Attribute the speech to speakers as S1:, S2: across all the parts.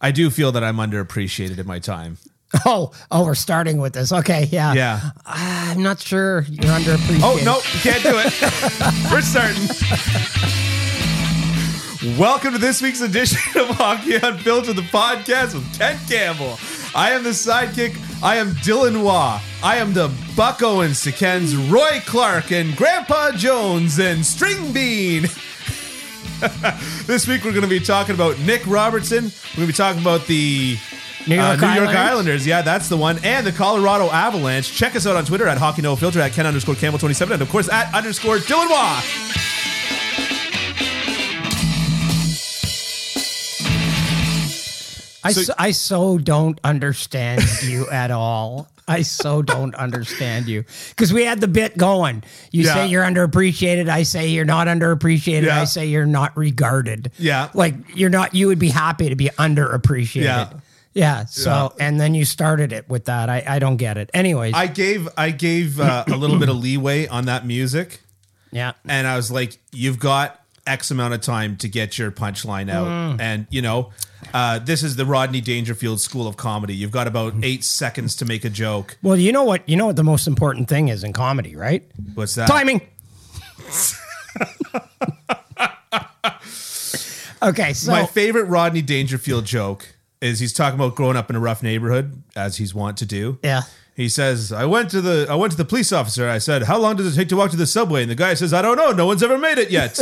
S1: I do feel that I'm underappreciated in my time.
S2: Oh, oh, we're starting with this. Okay, yeah.
S1: Yeah.
S2: Ah, I'm not sure you're underappreciated.
S1: Oh, no, you can't do it. We're starting. Welcome to this week's edition of Hockey Unfiltered, the podcast with Kent Campbell. I am the sidekick. I am Dylan Waugh. I am the Buck Owens to Ken's Roy Clark and Grandpa Jones and String Bean. this week we're going to be talking about Nick Robertson. We're going to be talking about the
S2: New
S1: uh,
S2: York,
S1: New York
S2: Islanders.
S1: Islanders. Yeah, that's the one. And the Colorado Avalanche. Check us out on Twitter at Hockey No Filter, at Ken underscore Campbell 27, and of course at underscore Dylan Waugh.
S2: I,
S1: So-
S2: so, I so don't understand you at all. I so don't understand you because we had the bit going. You
S1: Yeah.
S2: say you're underappreciated. I say you're not underappreciated.
S1: Yeah.
S2: I say you're not regarded.
S1: Yeah.
S2: like you're not. You would be happy to be underappreciated.
S1: Yeah.
S2: Yeah. So and then you started it with that. I, I don't get it. Anyways.
S1: I gave I gave uh, a little bit of leeway on that music,
S2: yeah.
S1: and I was like, "You've got X amount of time to get your punchline out," and you know. Uh, this is the Rodney Dangerfield School of Comedy. You've got about eight seconds to make a joke.
S2: Well, you know what? You know what the most important thing is in comedy, right?
S1: What's that?
S2: Timing. okay, so
S1: My favorite Rodney Dangerfield joke is he's talking about growing up in a rough neighborhood, as he's wont to do.
S2: yeah,
S1: He says, "I went to the I went to the police officer. I said, "How long does it take to walk to the subway?" And the guy says, "I don't know. No one's ever made it yet."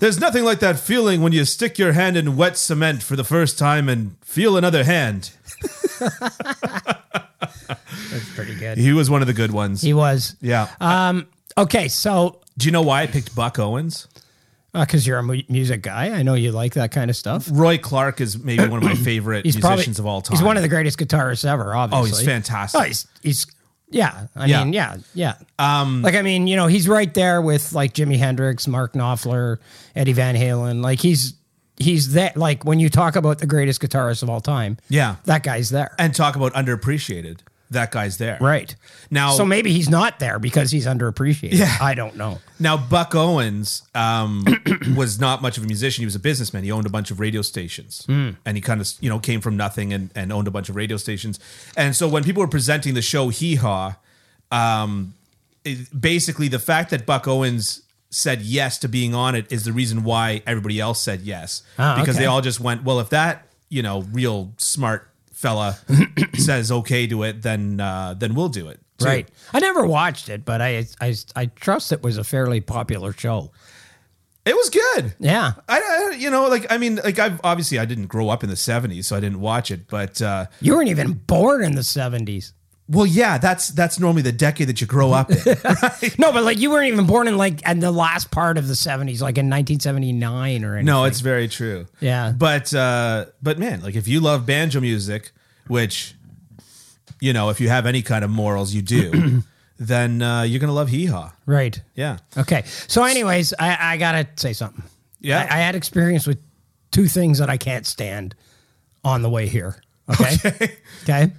S1: There's nothing like that feeling when you stick your hand in wet cement for the first time and feel another hand.
S2: that's pretty good.
S1: He was one of the good ones.
S2: He Uh, was.
S1: yeah.
S2: Okay, so
S1: Do you know why I picked Buck Owens?
S2: because you're a mu- music guy, I know you like that kind of stuff.
S1: Roy Clark is maybe one of my favorite
S2: He's probably-
S1: musicians of all time.
S2: He's one of the greatest guitarists ever.
S1: Oh,
S2: Obviously,
S1: he's fantastic.
S2: Oh, he's he's yeah. I
S1: Yeah.
S2: mean, yeah, yeah. Um, like I mean, you know, he's right there with like Jimi Hendrix, Mark Knopfler, Eddie Van Halen. Like he's he's that. Like when you talk about the greatest guitarist of all time,
S1: yeah.
S2: that guy's there.
S1: and talk about underappreciated. That guy's there.
S2: Right.
S1: Now
S2: So maybe he's not there because he's underappreciated. I don't know.
S1: Now, Buck Owens um, was not much of a musician. He was a businessman. He owned a bunch of radio stations,
S2: Hmm.
S1: and he kind of you know came from nothing and, and owned a bunch of radio stations. And so when people were presenting the show Hee Haw, um, it- basically the fact that Buck Owens said yes to being on it is the reason why everybody else said yes
S2: Ah,
S1: because they
S2: okay.
S1: all just went, well, if that you know real smart fella says okay to it, then uh, then we'll do it. too.
S2: Right. I never watched it, but I, I I trust it was a fairly popular show.
S1: It was good.
S2: Yeah.
S1: I, I- you know, like I mean, like I've obviously I didn't grow up in the '70s, so I didn't watch it. But uh,
S2: You weren't even born in the 70s.
S1: well, yeah, that's that's normally the decade that you grow up in.
S2: No, but like you weren't even born in like in the last part of the 70s, like in 1979 or anything.
S1: no, it's very true.
S2: Yeah.
S1: but uh, but man, like if you love banjo music, which you know, if you have any kind of morals, you do, then uh, you're gonna love hee haw.
S2: Right.
S1: Yeah,
S2: Okay. So, anyways, I, I got to say something.
S1: Yeah.
S2: I, I had experience with two things that I can't stand on the way here. Okay. Okay.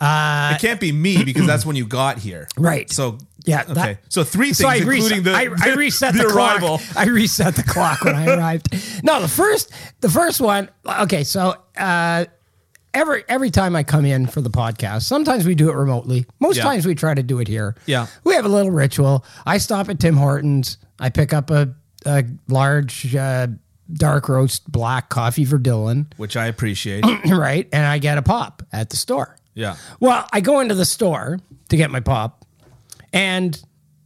S1: it can't be me because that's when you got here,
S2: Right.
S1: So
S2: Yeah,
S1: okay.
S2: that-
S1: so three things, including
S2: reset,
S1: the
S2: I, I reset the,
S1: arrival.
S2: clock. I reset the clock when I arrived. No, the first the first one. Okay, so uh, every every time I come in for the podcast, sometimes we do it remotely. Most
S1: Yeah.
S2: times we try to do it here.
S1: Yeah.
S2: we have a little ritual. I stop at Tim Hortons. I pick up a a large uh, dark roast black coffee for Dylan,
S1: which I appreciate.
S2: right? And I get a pop at the store.
S1: yeah,
S2: Well, I go into the store to get my pop, and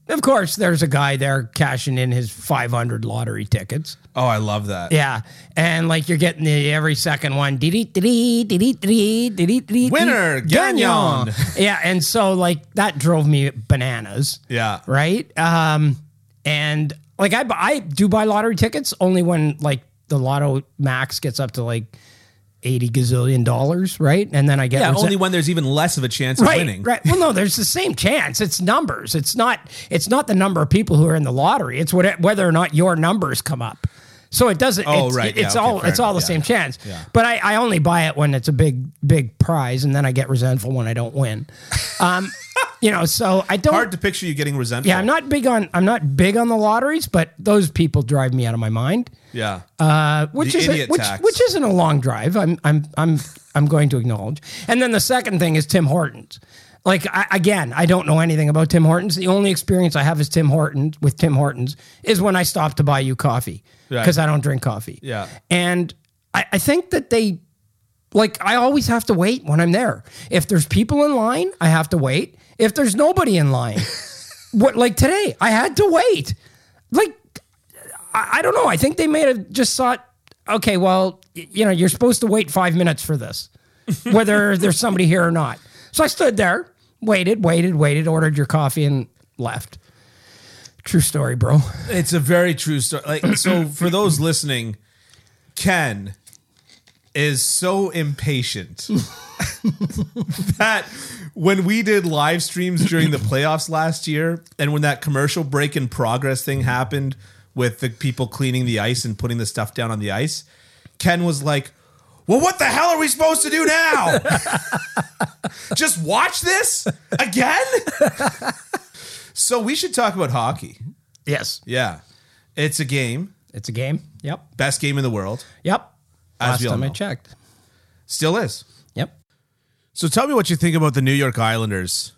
S2: of course, there's a guy there cashing in his 500 lottery tickets.
S1: oh, I love that.
S2: Yeah, and like you're getting the, every second one. dee dee dee dee dee dee dee dee dee.
S1: Winner, Gagnon.
S2: Yeah, and so like that drove me bananas.
S1: Yeah.
S2: Right. Um, and like I bu- I do buy lottery tickets only when like the Lotto Max gets up to like. 80 gazillion dollars, right? And then I get
S1: Yeah,
S2: rese-
S1: only when there's even less of a chance
S2: right,
S1: of winning.
S2: Right. Well, no, there's the same chance. It's numbers. It's not. It's not the number of people who are in the lottery. It's what, whether or not your numbers come up. So it doesn't.
S1: Oh,
S2: it's,
S1: right. Yeah,
S2: It's
S1: okay,
S2: all.
S1: fair
S2: It's all the
S1: enough. Yeah,
S2: same
S1: yeah,
S2: chance.
S1: yeah.
S2: But I, I only buy it when it's a big, big prize, and then I get resentful when I don't win. Um, you know, so I don't.
S1: Hard to picture you getting resentful.
S2: yeah, I'm not big on. I'm not big on the lotteries, but those people drive me out of my mind.
S1: Yeah.
S2: Uh, which
S1: The
S2: is
S1: idiot
S2: which,
S1: tax.
S2: which isn't a long drive. I'm I'm I'm I'm going to acknowledge. And then the second thing is Tim Hortons. Like I, again, I don't know anything about Tim Hortons. The only experience I have is Tim Hortons with Tim Hortons is when I stop to buy you coffee
S1: Right.
S2: because I don't drink coffee.
S1: Yeah.
S2: and I, I think that they like I always have to wait when I'm there. If there's people in line, I have to wait. If there's nobody in line, what like today, I had to wait. Like I, I don't know. I think they may have just thought, okay, well, y- you know, you're supposed to wait five minutes for this, whether there's somebody here or not. So I stood there, waited, waited, waited, ordered your coffee and left. True story, bro.
S1: It's a very true story. Like so, for those listening, Ken is so impatient that when we did live streams during the playoffs last year, and when that commercial break in progress thing happened with the people cleaning the ice and putting the stuff down on the ice, Ken was like. Well, what the hell are we supposed to do now? Just watch this again? so, we should talk about hockey.
S2: Yes.
S1: Yeah. It's a game.
S2: It's a game. Yep.
S1: Best game in the world.
S2: Yep.
S1: As
S2: Last
S1: we all
S2: time I
S1: know.
S2: checked.
S1: Still is.
S2: Yep.
S1: So tell me what you think about the New York Islanders.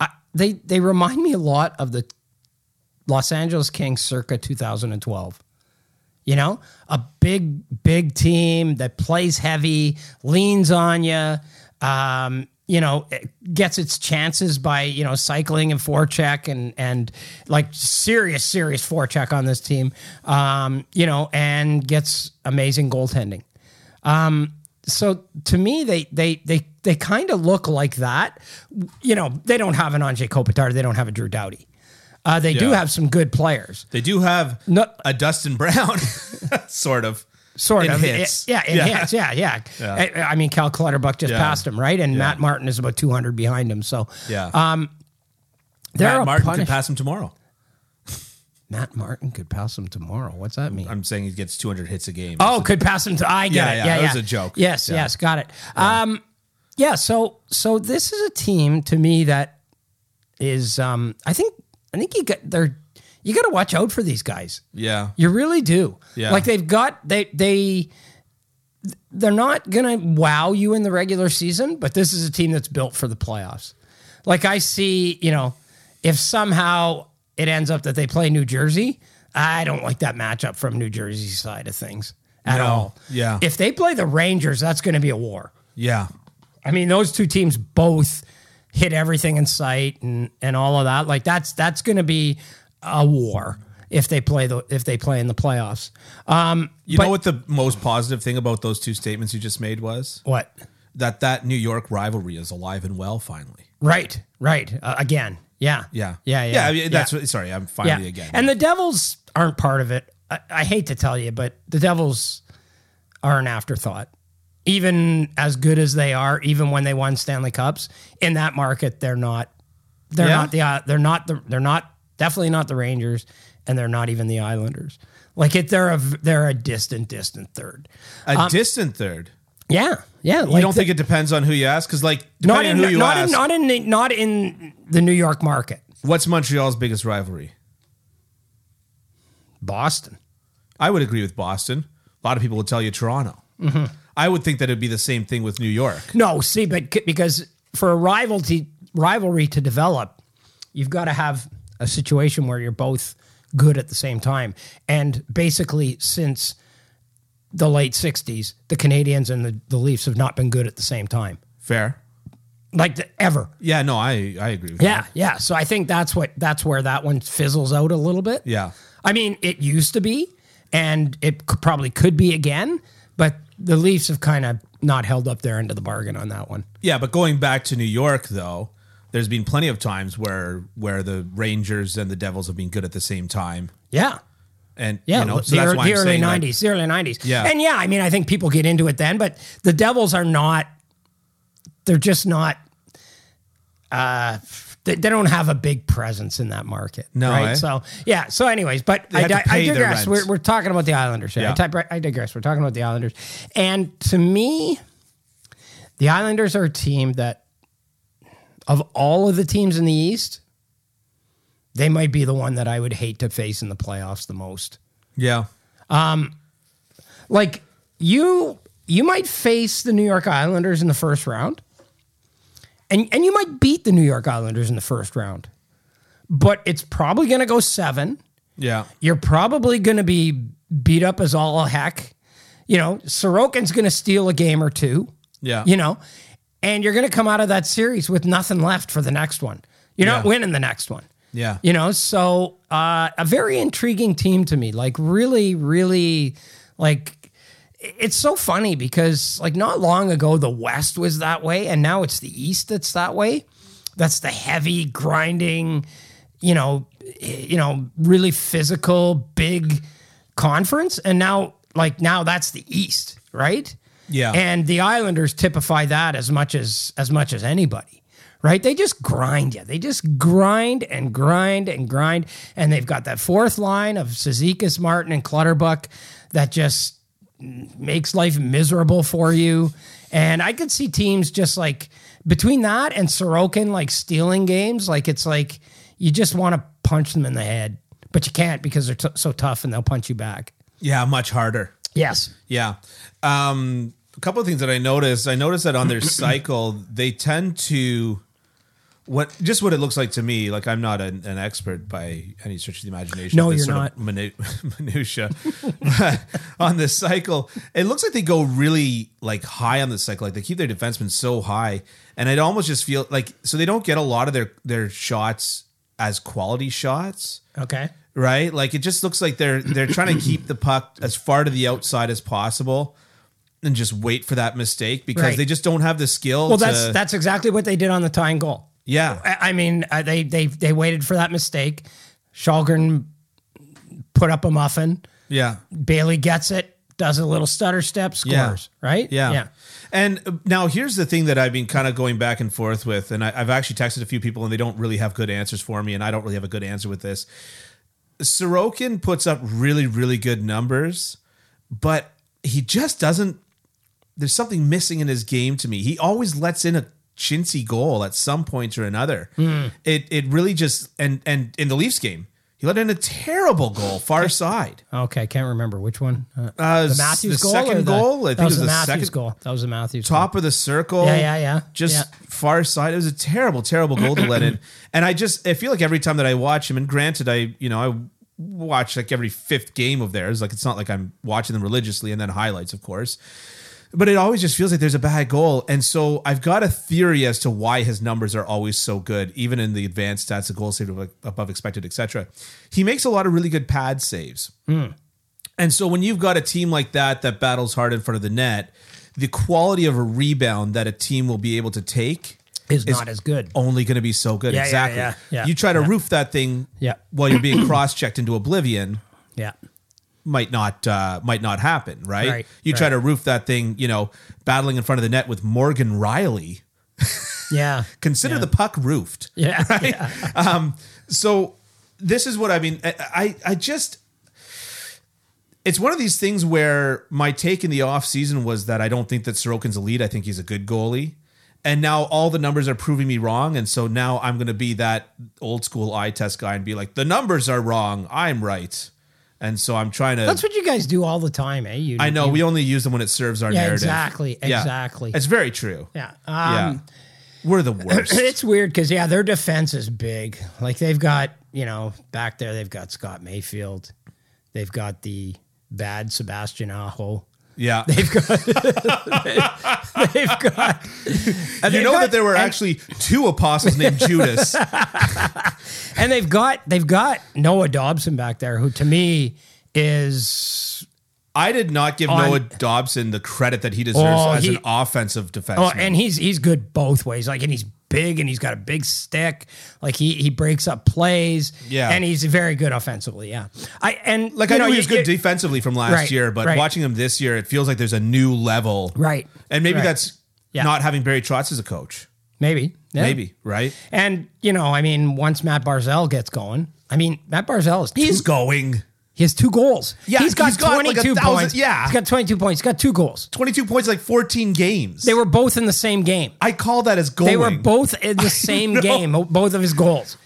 S2: I, they they remind me a lot of the Los Angeles Kings circa 2012. You know, a big big team that plays heavy, leans on you. Um, you know, it gets its chances by you know cycling and forecheck and and like serious serious forecheck on this team. Um, you know, and gets amazing goaltending Um, so to me, they they they they kind of look like that. You know, they don't have an Anjay Kopitar, they don't have a Drew Doughty. Uh, they do
S1: Yeah.
S2: have some good players,
S1: They do have
S2: No-
S1: a Dustin Brown, sort of.
S2: sort
S1: In
S2: of.
S1: hits.
S2: Yeah, in
S1: Yeah.
S2: hits. Yeah, yeah. I, I mean, Cal Clutterbuck just
S1: Yeah.
S2: passed him, right? And Matt Martin is about 200 behind him. So
S1: Yeah.
S2: Um, they're
S1: Matt
S2: a
S1: Martin could
S2: punish-
S1: pass him tomorrow.
S2: Matt Martin could pass him tomorrow. What's that mean?
S1: I'm saying he gets 200 hits a game.
S2: Oh, could pass him to. I get
S1: Yeah, yeah,
S2: it. Yeah, yeah,
S1: that was a joke.
S2: Yes,
S1: Yeah.
S2: yes, got it. Um, yeah. So, so this is a team to me that is. Um, I think, I think you got they're you got to watch out for these guys.
S1: Yeah.
S2: You really do.
S1: Yeah.
S2: Like they've got they they they're not gonna wow you in the regular season, but this is a team that's built for the playoffs. Like I see, you know, if somehow it ends up that they play New Jersey, I don't like that matchup from New Jersey's side of things at
S1: No.
S2: all.
S1: Yeah.
S2: If they play the Rangers, that's gonna be a war.
S1: Yeah.
S2: I mean, those two teams both hit everything in sight and and all of that. Like that's that's going to be a war if they play the if they play in the playoffs. Um,
S1: You
S2: but-
S1: know what the most positive thing about those two statements you just made was?
S2: What?
S1: That that New York rivalry is alive and well finally.
S2: Right, right. Uh, again, yeah,
S1: Yeah.
S2: yeah, yeah.
S1: I mean, that's what, sorry, I'm finally
S2: yeah.
S1: again.
S2: And the Devils aren't part of it. I, I hate to tell you, but the Devils are an afterthought. Even as good as they are, even when they won Stanley Cups in that market, they're not. They're
S1: Yeah.
S2: not the. uh, They're not the. They're not definitely not the Rangers, and they're not even the Islanders. Like it, they're a they're a distant, distant third.
S1: a
S2: um,
S1: distant third.
S2: Yeah, yeah. Like
S1: You don't think it depends on who you ask? Because, like,
S2: not
S1: depending
S2: in
S1: on who you
S2: not
S1: ask,
S2: in not in the, not in the New York market,
S1: what's Montreal's biggest rivalry?
S2: Boston.
S1: I would agree with Boston. A lot of people would tell you Toronto. I would think that it'd be the same thing with New York.
S2: No, see, but c- because for a rivalry rivalry to develop, you've got to have a situation where you're both good at the same time. And basically, since the late '60s, the Canadians and the, the Leafs have not been good at the same time,
S1: Fair.
S2: like the, ever.
S1: Yeah, no, I I agree with
S2: Yeah,
S1: that.
S2: yeah. So I think that's what that's where that one fizzles out a little bit.
S1: Yeah.
S2: I mean, it used to be, and it c- probably could be again, but the Leafs have kind of not held up their end of the bargain on that one.
S1: Yeah, but going back to New York though, there's been plenty of times where where the Rangers and the Devils have been good at the same time.
S2: Yeah.
S1: And
S2: Yeah,
S1: you know, so
S2: the,
S1: that's
S2: ear-
S1: why
S2: the
S1: I'm
S2: early
S1: saying like,
S2: '90s, the early '90s.
S1: Yeah.
S2: and yeah, I mean, I think people get into it then, but the Devils are not. They're just not. Uh, they, they don't have a big presence in that market.
S1: No,
S2: right?
S1: eh?
S2: So yeah. So, anyways, but I,
S1: have to
S2: di- I
S1: pay their
S2: digress. We're,
S1: rents.
S2: we're talking about the Islanders. Yeah,
S1: Yeah.
S2: I, type- I digress. We're talking about the Islanders, and to me, the Islanders are a team that of all of the teams in the East, they might be the one that I would hate to face in the playoffs the most.
S1: Yeah.
S2: Like you you might face the New York Islanders in the first round. And and you might beat the New York Islanders in the first round. But it's probably going to go 7.
S1: Yeah.
S2: You're probably going to be beat up as all heck. You know, Sorokin's going to steal a game or two.
S1: Yeah.
S2: You know, and you're going to come out of that series with nothing left for the next one. You're not
S1: Yeah.
S2: winning the next one.
S1: Yeah.
S2: You know, so uh, a very intriguing team to me. Like, really, really, like, it's so funny because, like, not long ago, the West was that way, and now it's the East that's that way. That's the heavy, grinding, you know, you know, really physical, big conference. And now, like, now that's the East, right?
S1: Yeah.
S2: And the Islanders typify that as much as as much as anybody, right? They just grind you. They just grind and grind and grind. And they've got that fourth line of Sezikis, Martin, and Clutterbuck that just makes life miserable for you. And I could see teams just like between that and Sorokin like stealing games, like it's like you just want to punch them in the head, but you can't because they're t- so tough and they'll punch you back.
S1: Yeah. Much harder.
S2: Yes.
S1: Yeah. Um, a couple of things that I noticed. I noticed that on their cycle, they tend to what just what it looks like to me. Like I'm not an, an expert by any stretch of the imagination.
S2: No,
S1: of this
S2: you're
S1: sort of minu- minutia. but on this cycle, it looks like they go really like high on the cycle. Like they keep their defensemen so high, and it almost just feel like so they don't get a lot of their their shots as quality shots
S2: Okay.
S1: right? Like it just looks like they're they're trying to keep the puck as far to the outside as possible and just wait for that mistake because
S2: Right.
S1: they just don't have the skill.
S2: Well, that's
S1: to-
S2: that's exactly what they did on the tying goal.
S1: yeah,
S2: I I mean, uh, they they they waited for that mistake. Shalgren put up a muffin.
S1: yeah,
S2: Bailey gets it, does a little stutter step, scores. Right?
S1: yeah, And uh, now here's the thing that I've been kind of going back and forth with, and I, I've actually texted a few people, and they don't really have good answers for me, and I don't really have a good answer with this. Sorokin puts up really, really good numbers, but he just doesn't. There's something missing in his game to me. He always lets in a chintzy goal at some point or another.
S2: Hmm.
S1: It it really just and and in the Leafs game, he let in a terrible goal far side.
S2: Okay, I can't remember which one. Uh,
S1: Uh,
S2: the Matthews
S1: the
S2: goal,
S1: second
S2: or the,
S1: goal? I
S2: that
S1: think it
S2: was,
S1: was
S2: the
S1: the
S2: Matthews
S1: second-
S2: goal. That was the Matthews
S1: top of the circle.
S2: Yeah, yeah, yeah.
S1: Just
S2: Yeah.
S1: far side. It was a terrible, terrible goal to let in. And I just I feel like every time that I watch him, and granted, I you know I watch like every fifth game of theirs. Like it's not like I'm watching them religiously, and then highlights, of course. But it always just feels like there's a bad goal. And so I've got a theory as to why his numbers are always so good, even in the advanced stats, the goal saved above- above expected, etc. He makes a lot of really good pad saves. And so when you've got a team like that that battles hard in front of the net, the quality of a rebound that a team will be able to take
S2: goal is not as good.
S1: only going to be so good.
S2: Yeah, yeah,
S1: exactly.
S2: yeah, yeah,
S1: you try to roof that thing
S2: Yeah.
S1: while you're being cross-checked into oblivion
S2: Yeah.
S1: might not uh, might not happen, right?
S2: Right,
S1: you try
S2: right.
S1: to roof that thing, you know, battling in front of the net with Morgan Riley.
S2: Yeah.
S1: Consider the puck roofed.
S2: Yeah.
S1: so this is what I mean. I I, I just it's one of these things where my take in the offseason was that I don't think that Sorokin's a lead. I think he's a good goalie. And now all the numbers are proving me wrong. And so now I'm going to be that old school eye test guy and be like, the numbers are wrong. I'm right. And so I'm trying to.
S2: That's what you guys do all the time, eh? You,
S1: I know
S2: you-
S1: we only use them when it serves our
S2: Yeah,
S1: narrative.
S2: exactly, exactly.
S1: It's very true.
S2: yeah. Um,
S1: Yeah. We're the worst.
S2: It's weird because yeah, their defense is big. Like they've got you know back there they've got Scott Mayfield, they've got the bad Sebastian Aho.
S1: Yeah.
S2: They've got
S1: And you
S2: they've
S1: know
S2: got-
S1: that there were
S2: and-
S1: actually two apostles named Judas.
S2: and they've got they've got Noah Dobson back there, who to me is
S1: I did not give
S2: On-
S1: Noah Dobson the credit that he deserves
S2: Oh,
S1: as
S2: he-
S1: an offensive defenseman.
S2: Oh, and he's he's good both ways. Like, and he's big, and he's got a big stick. Like he he breaks up plays.
S1: Yeah.
S2: and he's very good offensively. Yeah, I and
S1: like
S2: you
S1: I
S2: know,
S1: know he
S2: you-
S1: was good
S2: you-
S1: defensively from last
S2: Right,
S1: year, but
S2: right.
S1: watching him this year, it feels like there's a new level.
S2: Right,
S1: And maybe
S2: right.
S1: that's
S2: Yeah.
S1: not having Barry Trotz as a coach.
S2: Maybe yeah.
S1: Maybe, right?
S2: And you know, I mean, once Matt Barzell gets going, I mean, Matt Barzell is
S1: He's going.
S2: He has two goals.
S1: Yeah,
S2: he's got
S1: he's got like a
S2: 22
S1: thousand-
S2: points.
S1: yeah.
S2: He's got 22 points. He's got two goals.
S1: 22 points, like 14 games.
S2: They were both in the same game.
S1: I call that as going.
S2: They were both in the same
S1: know.
S2: game, both of his goals.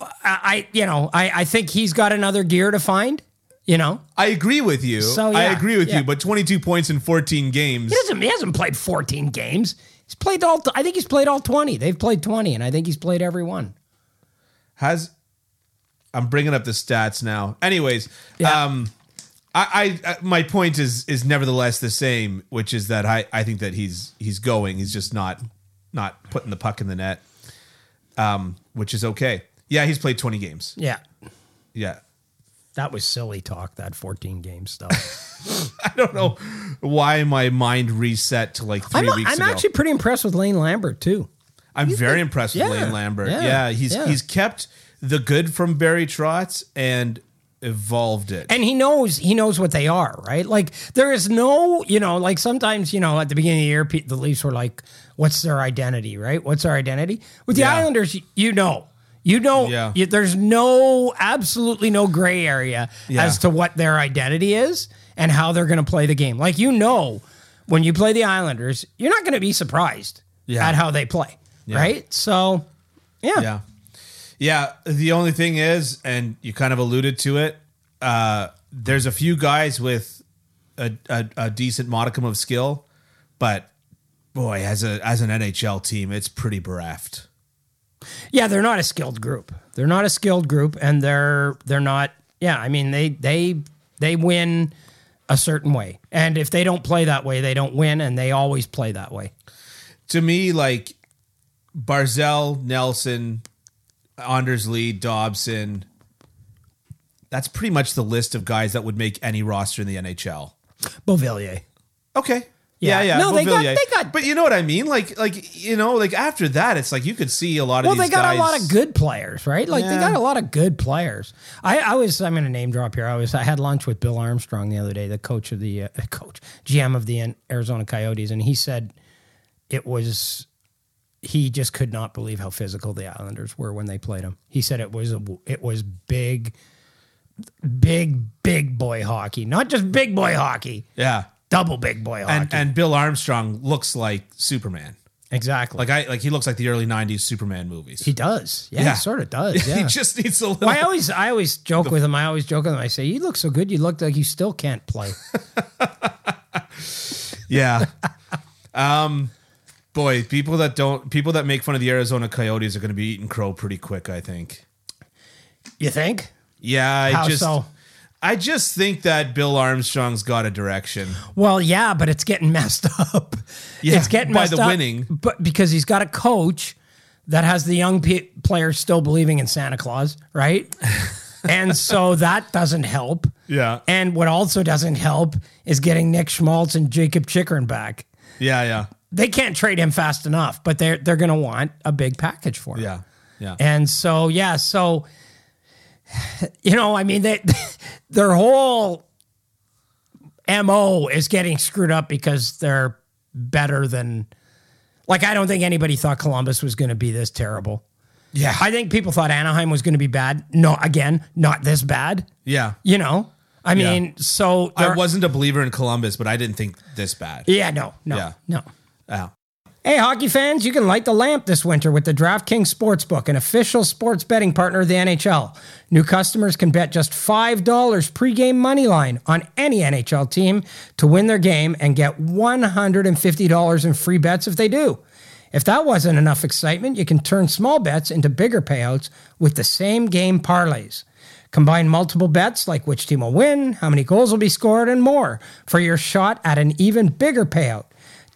S2: I, I you know, I, I think he's got another gear to find, you know.
S1: I agree with you.
S2: So,
S1: I
S2: yeah,
S1: agree with
S2: yeah.
S1: you, but 22 points in 14 games.
S2: He hasn't, he hasn't played 14 games. He's played all, I think he's played all 20. They've played 20, and I think he's played every one.
S1: Has I'm bringing up the stats now. Anyways,
S2: Yeah.
S1: um I, I I- my point is is nevertheless the same, which is that I I think that he's he's going. He's just not not putting the puck in the net. Um which is okay. Yeah, he's played 20 games.
S2: Yeah.
S1: Yeah.
S2: That was silly talk, that 14 game stuff.
S1: I don't know why my mind reset to like 3
S2: I'm,
S1: weeks
S2: I'm
S1: ago.
S2: actually pretty impressed with Lane Lambert, too.
S1: I'm very impressed with
S2: yeah,
S1: Lane Lambert.
S2: yeah,
S1: Yeah, he's
S2: yeah.
S1: he's kept the good from Barry Trotz and evolved it.
S2: and he knows he knows what they are, right? Like there is no, you know, like sometimes you know at the beginning of the year pe- the Leafs were like, "What's their identity?" Right? What's our identity? With the
S1: Yeah.
S2: Islanders, y- you know, you know,
S1: Yeah.
S2: you- there's no absolutely no gray area
S1: Yeah.
S2: as to what their identity is and how they're going to play the game. Like you know, when you play the Islanders, you're not going to be surprised
S1: Yeah.
S2: at how they play, right? So, yeah,
S1: yeah. Yeah. The only thing is, and you kind of alluded to it, uh, there's a few guys with a, a, a decent modicum of skill, but boy, as a as an NHL team, it's pretty bereft.
S2: Yeah, they're not a skilled group. They're not a skilled group, and they're they're not. Yeah, I mean they they they win a certain way, and if they don't play that way, they don't win, and they always play that way.
S1: To me, like Barzell, Nelson, Anders Lee, Dobson. That's pretty much the list of guys that would make any roster in the NHL.
S2: Beauvillier.
S1: Okay.
S2: Yeah.
S1: Yeah, yeah.
S2: No, they got-
S1: Beauvillier.
S2: they got-
S1: But you know what I mean? Like, like you know, like after that, it's like you could see a lot of.
S2: Well,
S1: these
S2: they got a lot
S1: guys-
S2: of good players, right? Like they
S1: Yeah.
S2: got a lot of good players. I, I was I'm going to name drop here. I was I had lunch with Bill Armstrong the other day, the coach of the uh, coach GM of the Arizona Coyotes, and he said it was he just could not believe how physical the Islanders were when they played them. He said it was a it was big, big big boy hockey, not just big boy hockey,
S1: Yeah,
S2: double big boy hockey.
S1: and and Bill Armstrong looks like Superman.
S2: exactly,
S1: Like I like he looks like the early '90s Superman movies.
S2: he does. Yeah,
S1: Yeah.
S2: he sort of does. Yeah.
S1: he just needs a little.
S2: Well, I always, I always joke with him. I always joke with him. I say, "You look so good. You look like you still can't play."
S1: Yeah. um, boy, people that don't people that make fun of the Arizona Coyotes are going to be eating crow pretty quick. I think.
S2: You think?
S1: Yeah, I
S2: How
S1: just.
S2: so?
S1: I just think that Bill Armstrong's got a direction.
S2: Well, yeah, but it's getting messed up.
S1: Yeah,
S2: it's getting
S1: by
S2: messed
S1: the
S2: up,
S1: winning.
S2: but because he's got a coach that has the young pe- players still believing in Santa Claus, right? and so that doesn't help.
S1: Yeah.
S2: And what also doesn't help is getting Nick Schmaltz and Jacob Chikrin back.
S1: Yeah, yeah,
S2: They can't trade him fast enough, but they're they're going to want a big package for him.
S1: yeah, yeah.
S2: And so, yeah, so you know, I mean, they, their whole mo is getting screwed up because they're better than. Like, I don't think anybody thought Columbus was going to be this terrible.
S1: Yeah.
S2: I think people thought Anaheim was going to be bad. No, again, not this bad.
S1: yeah.
S2: You know, I
S1: Yeah.
S2: mean, so
S1: I
S2: they're-
S1: wasn't a believer in Columbus, but I didn't think this bad.
S2: Yeah, no, no,
S1: Yeah.
S2: no.
S1: Yeah.
S2: Hey, hockey fans, you can light the lamp this winter with the DraftKings Sportsbook, an official sports betting partner of the NHL. New customers can bet just $5 pregame money line on any NHL team to win their game and get $150 in free bets if they do. If that wasn't enough excitement, you can turn small bets into bigger payouts with the same game parlays. Combine multiple bets like which team will win, how many goals will be scored, and more for your shot at an even bigger payout.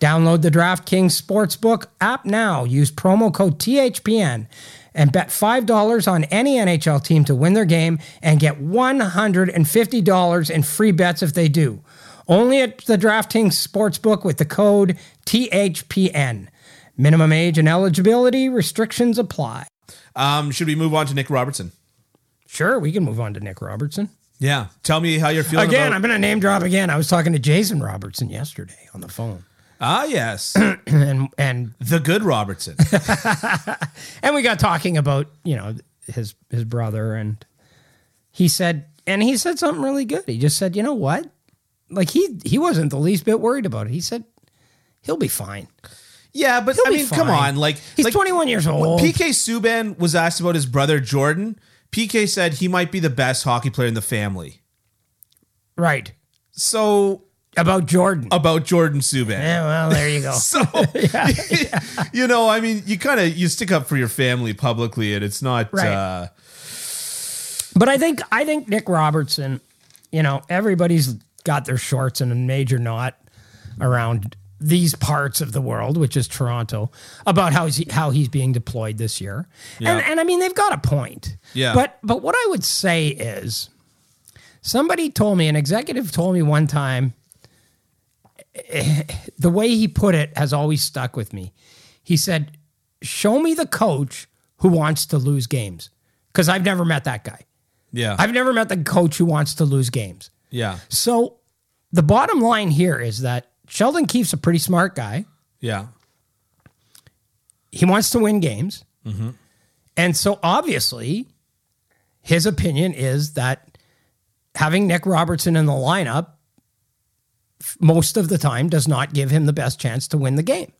S2: Download the DraftKings Sportsbook app now. Use promo code THPN and bet $5 on any NHL team to win their game and get $150 in free bets if they do. Only at the DraftKings Sportsbook with the code THPN. Minimum age and eligibility restrictions apply.
S1: Um, should we move on to Nick Robertson?
S2: Sure, we can move on to Nick Robertson.
S1: Yeah. Tell me how you're feeling
S2: Again,
S1: about-
S2: I'm going to name drop again. I was talking to Jason Robertson yesterday on the phone.
S1: ah, yes,
S2: and and
S1: the good Robertson.
S2: and we got talking about you know his his brother and he said and he said something really good. He just said, "You know what? Like he he wasn't the least bit worried about it. He said he'll be fine.
S1: Yeah, but
S2: He'll
S1: I
S2: be
S1: mean, come
S2: fine.
S1: on, like
S2: He's
S1: like,
S2: 21 years
S1: when
S2: old.
S1: PK Subban was asked about his brother Jordan. PK said he might be the best hockey player in the family.
S2: Right
S1: So
S2: about Jordan.
S1: about Jordan Subban.
S2: yeah, well, there you go.
S1: So you know, I mean, you kind of you stick up for your family publicly, and it's not.
S2: Right.
S1: Uh,
S2: But I think I think Nick Robertson, you know, everybody's got their shorts in a major knot around these parts of the world, which is Toronto, about how he's, how he's being deployed this year. And
S1: Yeah.
S2: and I mean they've got a point.
S1: Yeah.
S2: But but what I would say is somebody told me an executive told me one time the way he put it has always stuck with me. He said, "Show me the coach who wants to lose games." Cuz I've never met that guy.
S1: yeah,
S2: I've never met the coach who wants to lose games.
S1: yeah,
S2: So the bottom line here is that Sheldon Keefe's a pretty smart guy.
S1: yeah,
S2: He wants to win games. Mm-hmm. And so obviously, his opinion is that having Nick Robertson in the lineup f- most of the time does not give him the best chance to win the game.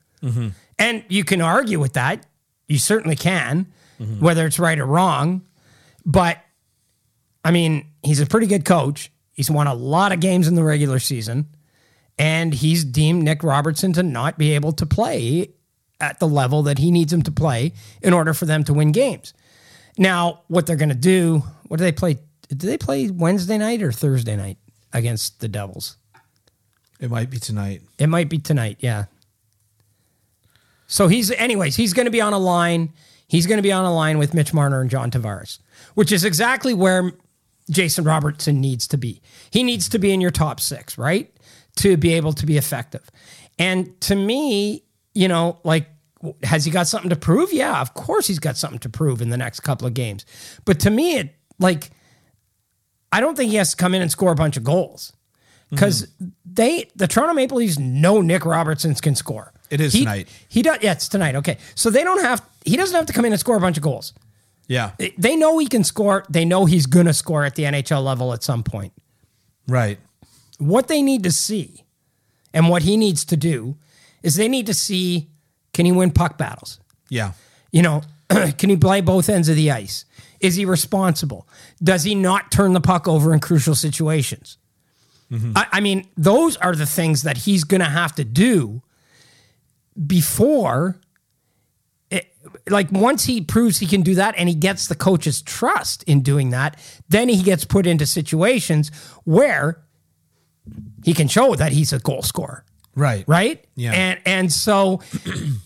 S2: And you can argue with that. You certainly can, whether it's right or wrong. But I mean, he's a pretty good coach. He's won a lot of games in the regular season, and he's deemed Nick Robertson to not be able to play at the level that he needs him to play in order for them to win games. Now, what they're going to do? What do they play? Do they play Wednesday night or Thursday night against the Devils?
S1: It might be tonight.
S2: It might be tonight, yeah. So he's, anyways, he's going to be on a line. He's going to be on a line with Mitch Marner and John Tavares, which is exactly where Jason Robertson needs to be. He needs to be in your top six, right? To be able to be effective. And to me, you know, like, w- has he got something to prove? Yeah, of course he's got something to prove in the next couple of games. But to me, it, like, I don't think he has to come in and score a bunch of goals because they the Toronto Maple Leafs know Nick Robertson's can score.
S1: It is
S2: he,
S1: tonight.
S2: He does. Yeah, it's tonight. Okay, so they don't have. He doesn't have to come in and score a bunch of goals.
S1: Yeah,
S2: They- They know he can score. They know he's gonna score at the NHL level at some point.
S1: right.
S2: What they need to see, and what he needs to do, is they need to see can he win puck battles.
S1: Yeah,
S2: You know, can he play both ends of the ice? Is he responsible? Does he not turn the puck over in crucial situations? I, I mean, those are the things that he's going to have to do before, it, like, once he proves he can do that and he gets the coach's trust in doing that, then he gets put into situations where he can show that he's a goal scorer
S1: right,
S2: right?
S1: Yeah.
S2: And and so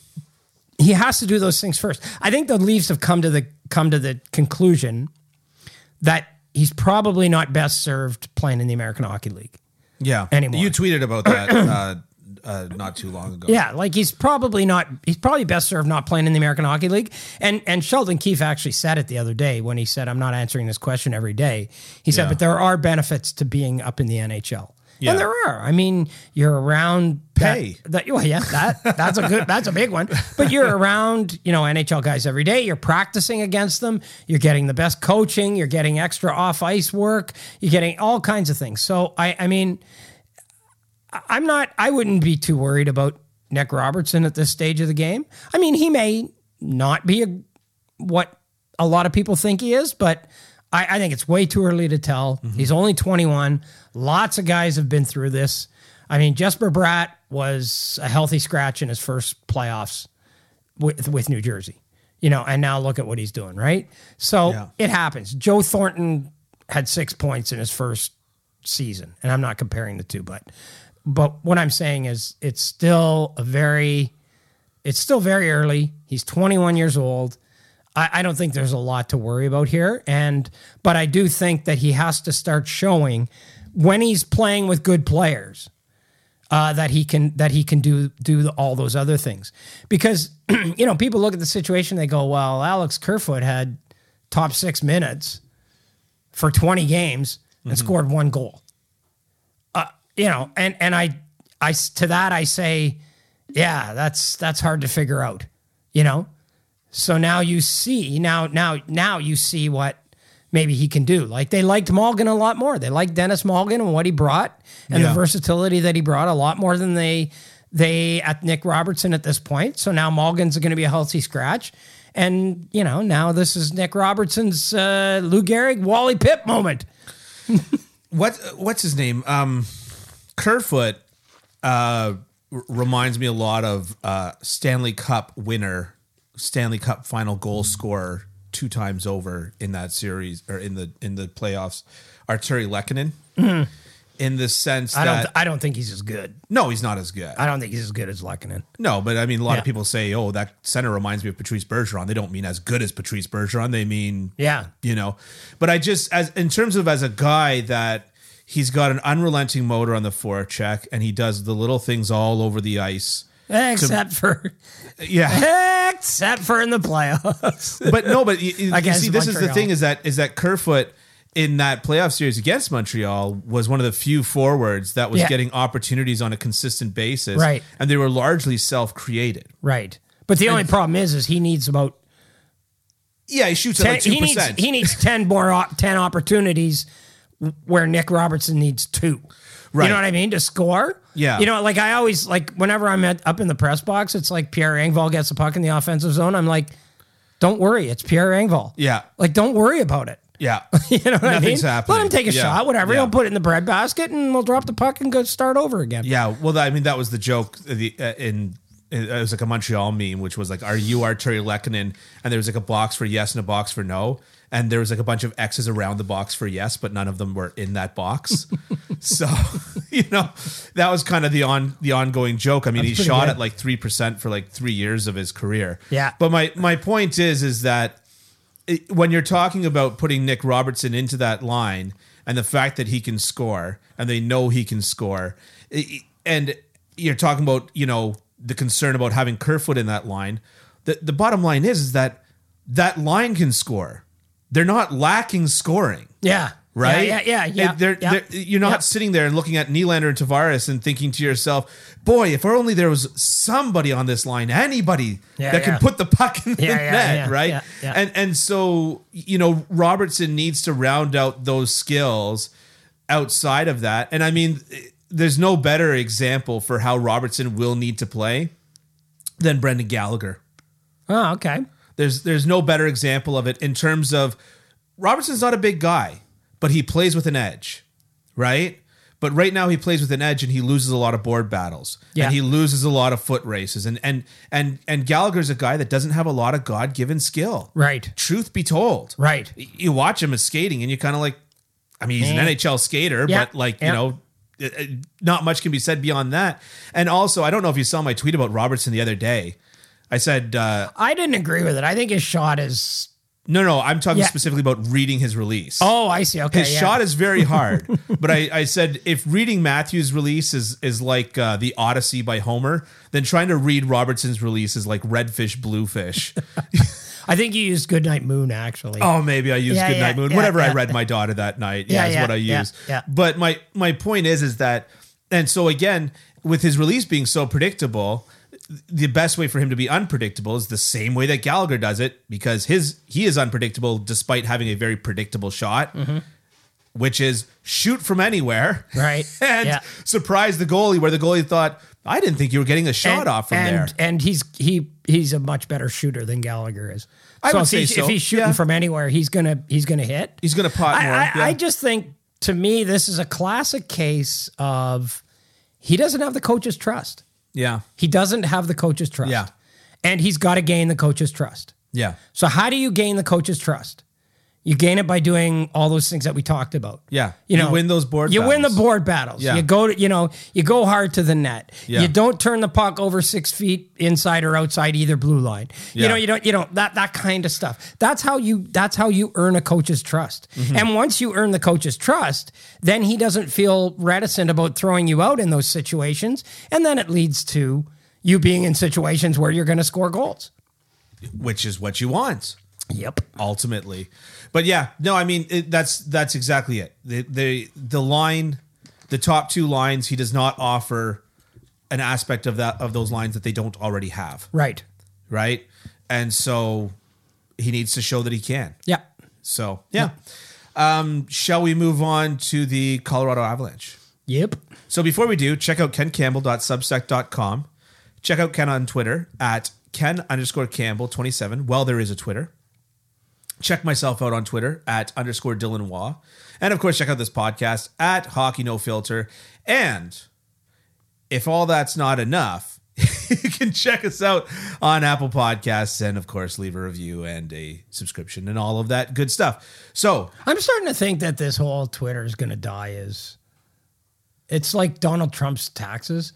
S2: he has to do those things first. I think the Leafs have come to the come to the conclusion that he's probably not best served playing in the American Hockey League.
S1: Yeah,
S2: Anymore.
S1: You tweeted about that uh, uh, not too long ago.
S2: Yeah, like he's probably not he's probably best served not playing in the American Hockey League. And and Sheldon Keefe actually said it the other day when he said, I'm not answering this question every day. He said,
S1: Yeah.
S2: But there are benefits to being up in the NHL.
S1: Yeah.
S2: And there are. I mean, you're around that-
S1: Pay.
S2: That, well, yeah, that that's a good that's a big one. But you're around, you know, NHL guys every day. You're practicing against them. You're getting the best coaching. You're getting extra off ice work. You're getting all kinds of things. So I I mean, I'm not. I wouldn't be too worried about Nick Robertson at this stage of the game. I mean, he may not be a, what a lot of people think he is, but I, I think it's way too early to tell. He's only 21. Lots of guys have been through this. I mean, Jesper Bratt was a healthy scratch in his first playoffs with with New Jersey, you know, and now look at what he's doing, right? So
S1: Yeah.
S2: it happens. Joe Thornton had six points in his first season, and I'm not comparing the two, but but what I'm saying is it's still a very it's still very early. He's 21 years old. I, I don't think there's a lot to worry about here, and but I do think that he has to start showing when he's playing with good players uh, that he can that he can do do the, all those other things because you know people look at the situation they go well Alex Kerfoot had top six minutes for 20 games and scored one goal uh, you know and and I I s- to that I say yeah that's that's hard to figure out you know so now you see now now now you see what maybe he can do. Like they liked Morgan a lot more. They liked Dennis Morgan and what he brought and
S1: Yeah.
S2: the versatility that he brought a lot more than they they at Nick Robertson at this point. So now Morgan's going to be a healthy scratch. And you know now this is Nick Robertson's uh, Lou Gehrig Wally Pipp moment.
S1: what what's his name? Um, Kerfoot uh, r- reminds me a lot of uh, Stanley Cup winner, Stanley Cup final goal scorer two times over in that series or in the in the playoffs, Arturi Lekkinen. In the sense
S2: Mm-hmm. I
S1: that
S2: don't I don't think he's as good.
S1: no, he's not as good.
S2: I don't think he's as good as Lekkonen.
S1: No, but I mean, a lot
S2: Yeah.
S1: of people say, "Oh, that center reminds me of Patrice Bergeron." They don't mean as good as Patrice Bergeron. They mean,
S2: Yeah.
S1: you know. But I just, as in terms of as a guy that he's got an unrelenting motor on the forecheck, and he does the little things all over the ice.
S2: Except for
S1: Yeah,
S2: except for in the playoffs.
S1: but no, but you, you- you
S2: Against
S1: see, this is the
S2: Montreal.
S1: thing: is that is that Kerfoot in that playoff series against Montreal was one of the few forwards that was
S2: Yeah.
S1: getting opportunities on a consistent basis,
S2: Right.
S1: And they were largely self-created.
S2: right. But the only problem is is he needs about
S1: Yeah, he shoots at
S2: ten,
S1: like two
S2: he needs
S1: percent.
S2: he needs ten more op- ten opportunities where Nick Robertson needs two. You
S1: Right.
S2: know what I mean to score.
S1: Yeah.
S2: You know, like I always like whenever I'm at, up in the press box, it's like Pierre Engvall gets the puck in the offensive zone. I'm like, don't worry, it's Pierre Engvall.
S1: Yeah.
S2: Like, don't worry about it.
S1: Yeah.
S2: You know what
S1: Nothing's
S2: I mean?
S1: happening.
S2: Let him take a
S1: Yeah.
S2: shot, whatever.
S1: Yeah.
S2: He'll put it in the bread basket, and we'll drop the puck and go start over again.
S1: Yeah, well, I mean, that was the joke. The uh, in it was like a Montreal meme, which was like, "Are you Arturi Lekkinen?" And there was like a box for yes and a box for no, and there was like a bunch of X's around the box for yes, but none of them were in that box. so, you know, that was kind of the on the ongoing joke. I mean, he
S2: pretty
S1: shot
S2: good.
S1: at like three percent for like three years of his career.
S2: Yeah.
S1: but my my point is, is that it- when you're talking about putting Nick Robertson into that line and the fact that he can score and they know he can score i- i- and you're talking about you know the concern about having Kerfoot in that line the the bottom line is is that that line can score they're not lacking scoring
S2: Yeah.
S1: right?
S2: Yeah. Yeah. Yeah. yeah,
S1: It- they're-
S2: yeah.
S1: they're- you're not
S2: Yeah.
S1: sitting there and looking at Nylander and Tavares and thinking to yourself, "Boy, if only there was somebody on this line, anybody
S2: Yeah,
S1: that can
S2: yeah.
S1: put the puck in the
S2: Yeah, yeah,
S1: net,
S2: yeah,
S1: right?"
S2: yeah, yeah.
S1: And and so you know Robertson needs to round out those skills outside of that. And I mean, there's no better example for how Robertson will need to play than Brendan Gallagher.
S2: oh, okay.
S1: There's there's no better example of it in terms of Robertson's not a big guy, but he plays with an edge, right? But right now he plays with an edge and he loses a lot of board battles.
S2: Yeah.
S1: And he loses a lot of foot races. And and and and Gallagher's a guy that doesn't have a lot of God given skill.
S2: Right.
S1: Truth be told.
S2: Right.
S1: Y- You watch him as skating and you kind of like I mean, he's an
S2: Eh.
S1: NHL skater,
S2: Yeah.
S1: but like,
S2: Yeah.
S1: you know, it- it- not much can be said beyond that. And also, I don't know if you saw my tweet about Robertson the other day. I said uh,
S2: I didn't agree with it. I think his shot is.
S1: no, no, I'm talking
S2: Yeah.
S1: specifically about reading his release.
S2: Oh, I see. Okay.
S1: his
S2: yeah.
S1: shot is very hard, but I, I said if reading Matthew's release is is like uh, the Odyssey by Homer, then trying to read Robertson's release is like redfish, bluefish.
S2: I think you used Goodnight Moon actually.
S1: oh, maybe I used
S2: Yeah,
S1: Goodnight
S2: yeah,
S1: Moon.
S2: yeah,
S1: Whatever I
S2: yeah.
S1: read my daughter that night, yeah,
S2: Yeah,
S1: is
S2: yeah,
S1: what I
S2: yeah,
S1: use.
S2: yeah.
S1: But my my point is is that, and so again, with his release being so predictable. The best way for him to be unpredictable is the same way that Gallagher does it, because his he is unpredictable despite having a very predictable shot.
S2: Mm-hmm.
S1: which is shoot from anywhere.
S2: Right.
S1: and
S2: Yeah.
S1: surprise the goalie where the goalie thought, I didn't think you were getting a shot
S2: and,
S1: off from
S2: and,
S1: there.
S2: And he's he he's a much better shooter than Gallagher is.
S1: I would
S2: if
S1: say
S2: he-
S1: so,
S2: If he's shooting
S1: yeah.
S2: from anywhere, he's gonna he's gonna hit.
S1: He's going to pot
S2: I,
S1: more.
S2: I,
S1: yeah.
S2: I just think to me this is a classic case of he doesn't have the coach's trust.
S1: yeah.
S2: He doesn't have the coach's trust.
S1: Yeah.
S2: And he's got to gain the coach's trust.
S1: Yeah.
S2: So how do you gain the coach's trust? You gain it by doing all those things that we talked about.
S1: Yeah.
S2: You
S1: You
S2: know,
S1: win those board
S2: You win the
S1: battles.
S2: board battles.
S1: Yeah.
S2: You go to, you know, you go hard to the net.
S1: Yeah.
S2: You don't turn the puck over six feet inside or outside either blue line.
S1: Yeah.
S2: You know, you don't, you know, that that kind of stuff. That's how you that's how you earn a coach's trust.
S1: Mm-hmm.
S2: And once you earn the coach's trust, then he doesn't feel reticent about throwing you out in those situations. And then it leads to you being in situations where you're gonna score goals.
S1: Which is what you want.
S2: Yep.
S1: ultimately. But yeah, no, I mean it, that's that's exactly it. The the the line, the top two lines, he does not offer an aspect of that of those lines that they don't already have,
S2: Right.
S1: right? And so he needs to show that he can.
S2: Yeah.
S1: So yeah. Um, shall we move on to the Colorado Avalanche?
S2: Yep.
S1: So before we do, check out kencampbell.substack.com. Check out Ken on Twitter at Ken underscore Campbell 27. Well, there is a Twitter. Check myself out on Twitter at underscore Dylan Waugh. And of course, check out this podcast at Hockey No Filter. And if all that's not enough, you can check us out on Apple Podcasts and, of course, leave a review and a subscription and all of that good stuff. So,
S2: I'm starting to think that this whole Twitter is going to die is it's like Donald Trump's taxes.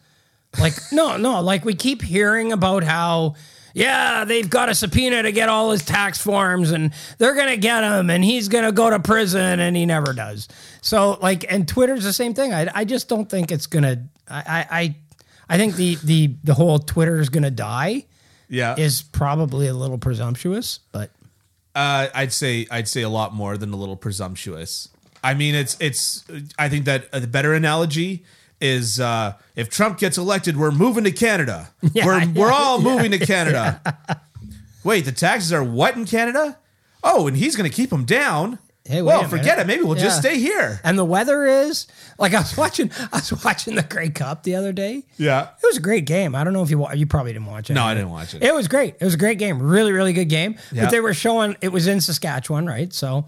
S2: Like no, no, like we keep hearing about how yeah, they've got a subpoena to get all his tax forms and they're going to get him and he's going to go to prison and he never does. So like and Twitter's the same thing. I I just don't think it's going to I I I think the the the whole Twitter is going to die
S1: yeah.
S2: is probably a little presumptuous, but
S1: Uh, I'd say I'd say a lot more than a little presumptuous. I mean, it's it's. I think that the better analogy is uh, if Trump gets elected, we're moving to Canada. we're we're all moving to Canada. Wait, the taxes are what in Canada? Oh, and he's going to keep them down.
S2: Hey, wait
S1: well,
S2: a
S1: forget
S2: minute.
S1: it. Maybe we'll just
S2: Yeah.
S1: stay here.
S2: and the weather is like I was watching I was watching the Grey Cup the other day.
S1: Yeah.
S2: It was a great game. I don't know if you wa- you probably didn't watch it.
S1: No, I didn't watch it.
S2: It was great. It was a great game. Really, really good game.
S1: Yeah.
S2: But they were showing it was in Saskatchewan, right? So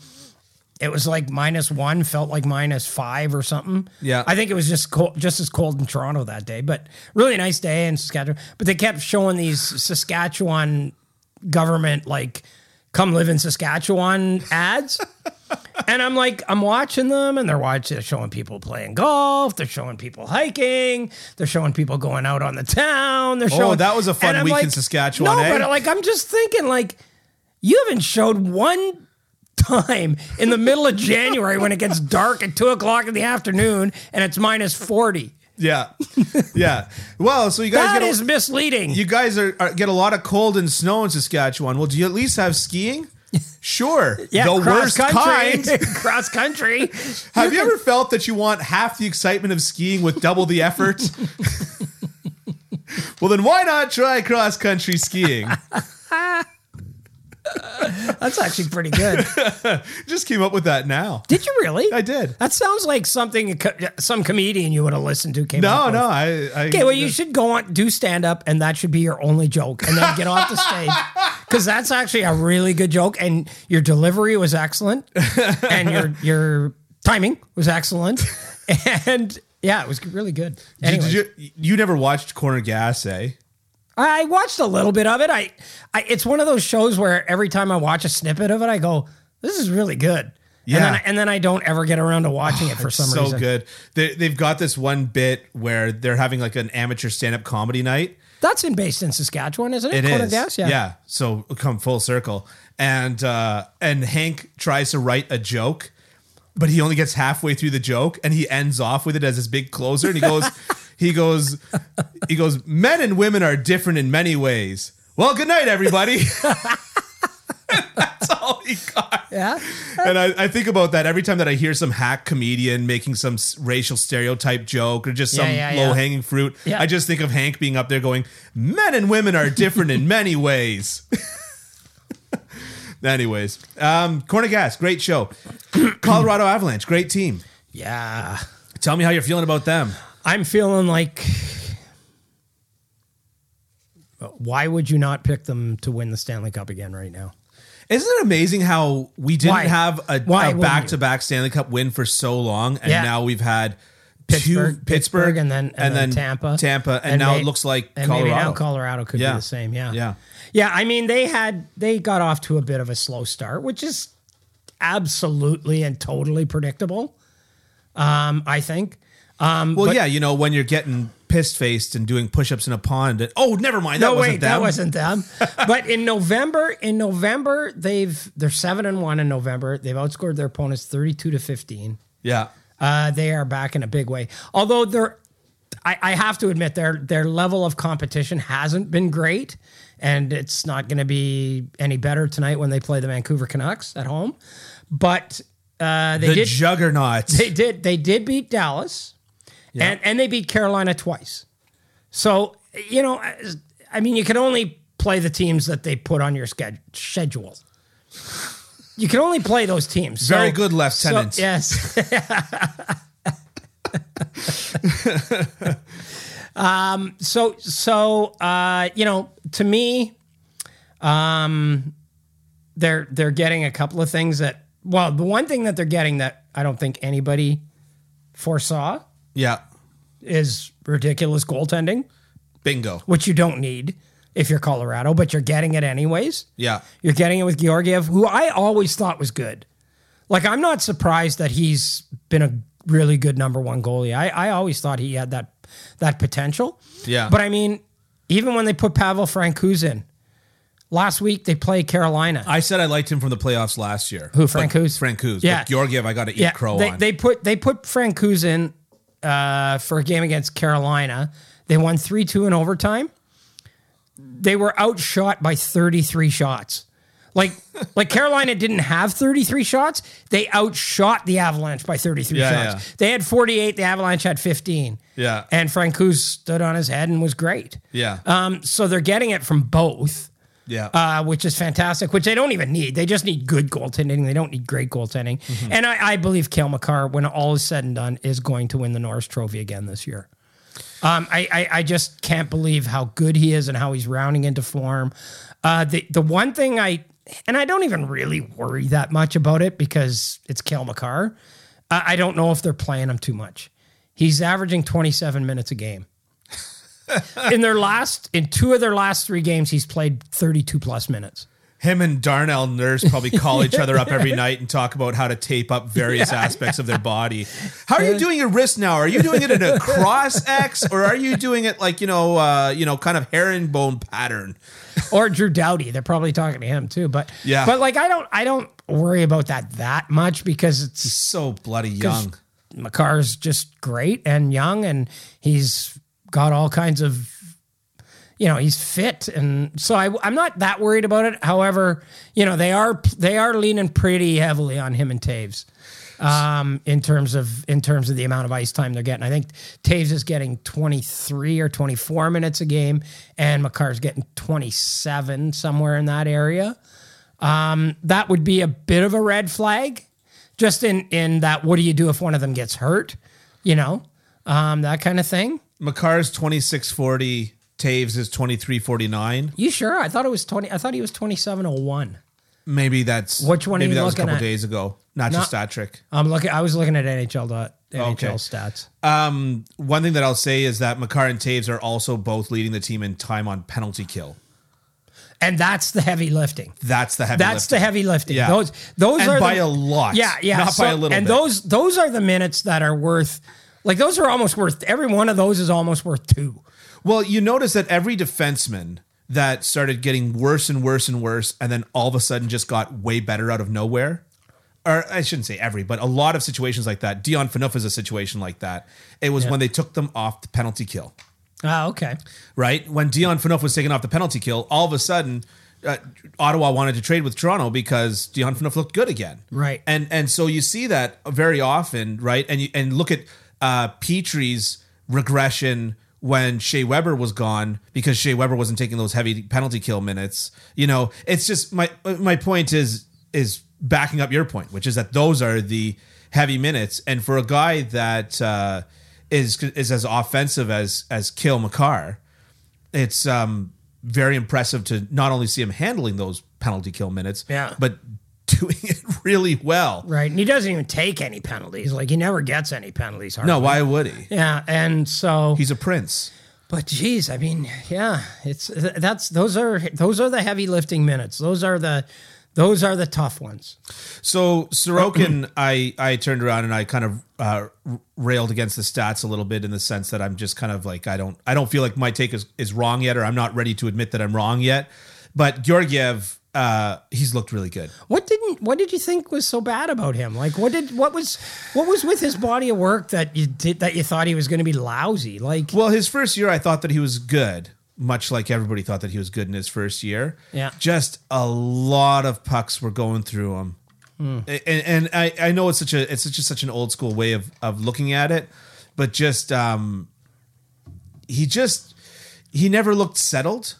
S2: it was like minus one, felt like minus five or something.
S1: Yeah.
S2: I think it was just cold, just as cold in Toronto that day, but really nice day in Saskatchewan. But they kept showing these Saskatchewan government like come live in Saskatchewan ads. and I'm like, I'm watching them, and they're watching, they're showing people playing golf, they're showing people hiking, they're showing people going out on the town. They're showing.
S1: Oh, that was a fun
S2: and I'm
S1: week in Saskatchewan,
S2: No,
S1: eh?
S2: but like, I'm just thinking, like, you haven't showed one time in the middle of January when it gets dark at two o'clock in the afternoon and it's minus forty.
S1: Yeah, yeah. Well, so you guys
S2: That
S1: get a-
S2: is misleading.
S1: you guys are, are get a lot of cold and snow in Saskatchewan. Well, do you at least have skiing? Sure.
S2: yeah,
S1: the worst
S2: cross country,
S1: kind.
S2: cross country.
S1: Have you ever felt that you want half the excitement of skiing with double the effort? well, then why not try cross country skiing?
S2: That's actually pretty good.
S1: Just came up with that now.
S2: Did you really?
S1: I did.
S2: That sounds like something a co- some comedian you would have listened to came. up
S1: No,
S2: with.
S1: no, I. I
S2: Okay, well, you should go on, do stand up, and that should be your only joke, and then get off the stage. Because that's actually a really good joke, and your delivery was excellent, and your your timing was excellent, and yeah, it was really good.
S1: Did-
S2: Anyway,
S1: did you, you never watched Corner Gas, eh?
S2: I watched a little bit of it. I, I it's one of those shows where every time I watch a snippet of it, I go, "This is really good."
S1: Yeah.
S2: And then, I- and then I don't ever get around to watching it for some
S1: so
S2: reason.
S1: good. They, they've got this one bit where they're having like an amateur stand up comedy night.
S2: That's in based in Saskatchewan, isn't it?
S1: It
S2: Kona
S1: is.
S2: Gas?
S1: So come full circle, and uh, and Hank tries to write a joke, but he only gets halfway through the joke, and he ends off with it as his big closer, and he goes, he goes, he goes. Men and women are different in many ways. Well, good night, everybody. That's all he got.
S2: yeah.
S1: And I, I think about that every time that I hear some hack comedian making some s- racial stereotype joke or just
S2: Yeah,
S1: some
S2: yeah, yeah.
S1: low hanging fruit.
S2: Yeah.
S1: I just think of Hank being up there going, Men and women are different in many ways. Anyways, um, Corner Gas, great show. Colorado Avalanche, great team.
S2: Yeah.
S1: Tell me how you're feeling about them.
S2: I'm feeling like uh, why would you not pick them to win the Stanley Cup again right now?
S1: Isn't it amazing how we didn't
S2: Why?
S1: have a, a
S2: Why wouldn't you?
S1: back-to-back Stanley Cup win for so long, and
S2: Yeah.
S1: now we've had two
S2: Pittsburgh-
S1: Pittsburgh
S2: and then- and then Tampa.
S1: Tampa, and,
S2: And
S1: now
S2: may-
S1: it looks like
S2: And
S1: Colorado.
S2: maybe now Colorado could
S1: Yeah.
S2: be the same. Yeah.
S1: Yeah.
S2: Yeah. I mean, they had they got off to a bit of a slow start, which is absolutely and totally predictable. Um, I think.
S1: Well, yeah, you know when you're getting pissed faced and doing push ups in a pond. And, oh, never mind. That
S2: no,
S1: wasn't
S2: wait,
S1: them.
S2: that wasn't them. but in November, in November, they've they're seven and one in November. They've outscored their opponents thirty-two to fifteen.
S1: Yeah,
S2: Uh, they are back in a big way. Although they're, I, I have to admit their their level of competition hasn't been great, and it's not going to be any better tonight when they play the Vancouver Canucks at home. But uh, they
S1: the
S2: did
S1: juggernauts.
S2: they did they did beat Dallas, and and they beat Carolina twice. So you know, as- I mean, you can only play the teams that they put on your sched- schedule. you can only play those teams. So-
S1: Very good lieutenant.
S2: So, yes. um, so so uh, you know, to me, um, they're they're getting a couple of things that well, the one thing that they're getting that I don't think anybody foresaw
S1: Yeah.
S2: is ridiculous goaltending,
S1: Bingo.
S2: which you don't need if you're Colorado, but you're getting it anyways.
S1: Yeah.
S2: You're getting it with Georgiev, who I always thought was good. Like I'm not surprised that he's been a really good number one goalie. I, I always thought he had that that potential.
S1: Yeah.
S2: But I mean, even when they put Pavel Francouz in last week, they play Carolina.
S1: I said I liked him from the playoffs last year.
S2: Who, Francouz?
S1: Francouz.
S2: Yeah.
S1: But Georgiev, I got to eat crow
S2: they,
S1: on.
S2: they put they put Francouz in uh, for a game against Carolina. They won three two in overtime. They were outshot by thirty three shots. Like like Carolina didn't have thirty three shots. They outshot the Avalanche by thirty three
S1: Yeah,
S2: shots.
S1: yeah.
S2: They had forty eight. The Avalanche had fifteen.
S1: Yeah.
S2: and Francouz stood on his head and was great.
S1: yeah.
S2: Um, so they're getting it from both
S1: yeah.
S2: uh, which is fantastic, which they don't even need. They just need good goaltending. They don't need great goaltending. And I, I believe Kale McCarr, when all is said and done, is going to win the Norris Trophy again this year. Um, I, I, I just can't believe how good he is and how he's rounding into form. Uh, the, the one thing I, and I don't even really worry that much about it because it's Kale McCarr. Uh, I don't know if they're playing him too much. He's averaging 27 minutes a game in their last in two of their last three games he's played 32 plus minutes
S1: Him and Darnell Nurse probably call each other up every night and talk about how to tape up various aspects of their body. How are you doing your wrist now? Are you doing it in a cross X or are you doing it like, you know, uh, you know, kind of herringbone pattern?
S2: or drew dowdy they're probably talking to him too but
S1: Yeah.
S2: but like i don't i don't worry about that that much because it's
S1: So bloody young.
S2: mccarr's just great and young and he's got all kinds of you know he's fit and so I, i'm not that worried about it however you know they are they are leaning pretty heavily on him and taves um, in terms of in terms of the amount of ice time they're getting i think taves is getting 23 or 24 minutes a game and mccar's getting 27 somewhere in that area um, that would be a bit of a red flag just in in that what do you do if one of them gets hurt you know um, that kind of thing
S1: McCarr's 2640, Taves is 2349.
S2: You sure? I thought it was twenty. I thought he was twenty-seven oh one.
S1: Maybe that's
S2: Which one are
S1: maybe
S2: you
S1: that was a
S2: looking
S1: couple
S2: at?
S1: days ago. Not,
S2: Not-
S1: just that trick.
S2: I'm looking. I was looking at NHL dot NHL
S1: Okay.
S2: stats.
S1: Um, one thing that I'll say is that McCarr and Taves are also both leading the team in time on penalty kill.
S2: And that's the heavy lifting.
S1: That's the heavy
S2: That's the
S1: lifting.
S2: heavy lifting.
S1: Yeah.
S2: Those those
S1: And
S2: are
S1: by
S2: the-
S1: a lot,
S2: Yeah, yeah.
S1: not by a little
S2: And
S1: bit.
S2: those those are the minutes that are worth. Like those are almost worth. Every one of those is almost worth two.
S1: Well, you notice that every defenseman that started getting worse and worse and worse, and then all of a sudden just got way better out of nowhere. Or I shouldn't say every, but a lot of situations like that. Dion Phaneuf is a situation like that. It was when they took them off the penalty kill,
S2: Ah, okay.
S1: right? When Dion Phaneuf was taken off the penalty kill, all of a sudden, uh, Ottawa wanted to trade with Toronto because Dion Phaneuf looked good again,
S2: Right.
S1: And and so you see that very often, right? And you, and look at uh, Petrie's regression when Shea Weber was gone because Shea Weber wasn't taking those heavy penalty kill minutes. You know, it's just my my point is is backing up your point, which is that those are the heavy minutes, and for a guy that uh, is is as offensive as as Kill McCarr, it's um very impressive to not only see him handling those penalty kill minutes,
S2: Yeah.
S1: but doing it really well.
S2: Right. And he doesn't even take any penalties. Like he never gets any penalties. Hardly.
S1: No, why would he?
S2: Yeah. And so
S1: He's a prince.
S2: But geez, I mean, yeah, it's th- that's those are those are the heavy lifting minutes. Those are the those are the tough ones.
S1: So Sorokin, I I turned around and I kind of uh, railed against the stats a little bit in the sense that I'm just kind of like I don't I don't feel like my take is, is wrong yet, or I'm not ready to admit that I'm wrong yet. But Georgiev, uh, he's looked really good.
S2: What didn't what did you think was so bad about him? Like what did what was what was with his body of work that you did that you thought he was going to be lousy? Like
S1: Well, his first year, I thought that he was good, much like everybody thought that he was good in his first year.
S2: Yeah.
S1: Just a lot of pucks were going through him.
S2: Hmm.
S1: A- And, and I, I know it's such a it's such a, such an old school way of, of looking at it, but just um, he just he never looked settled,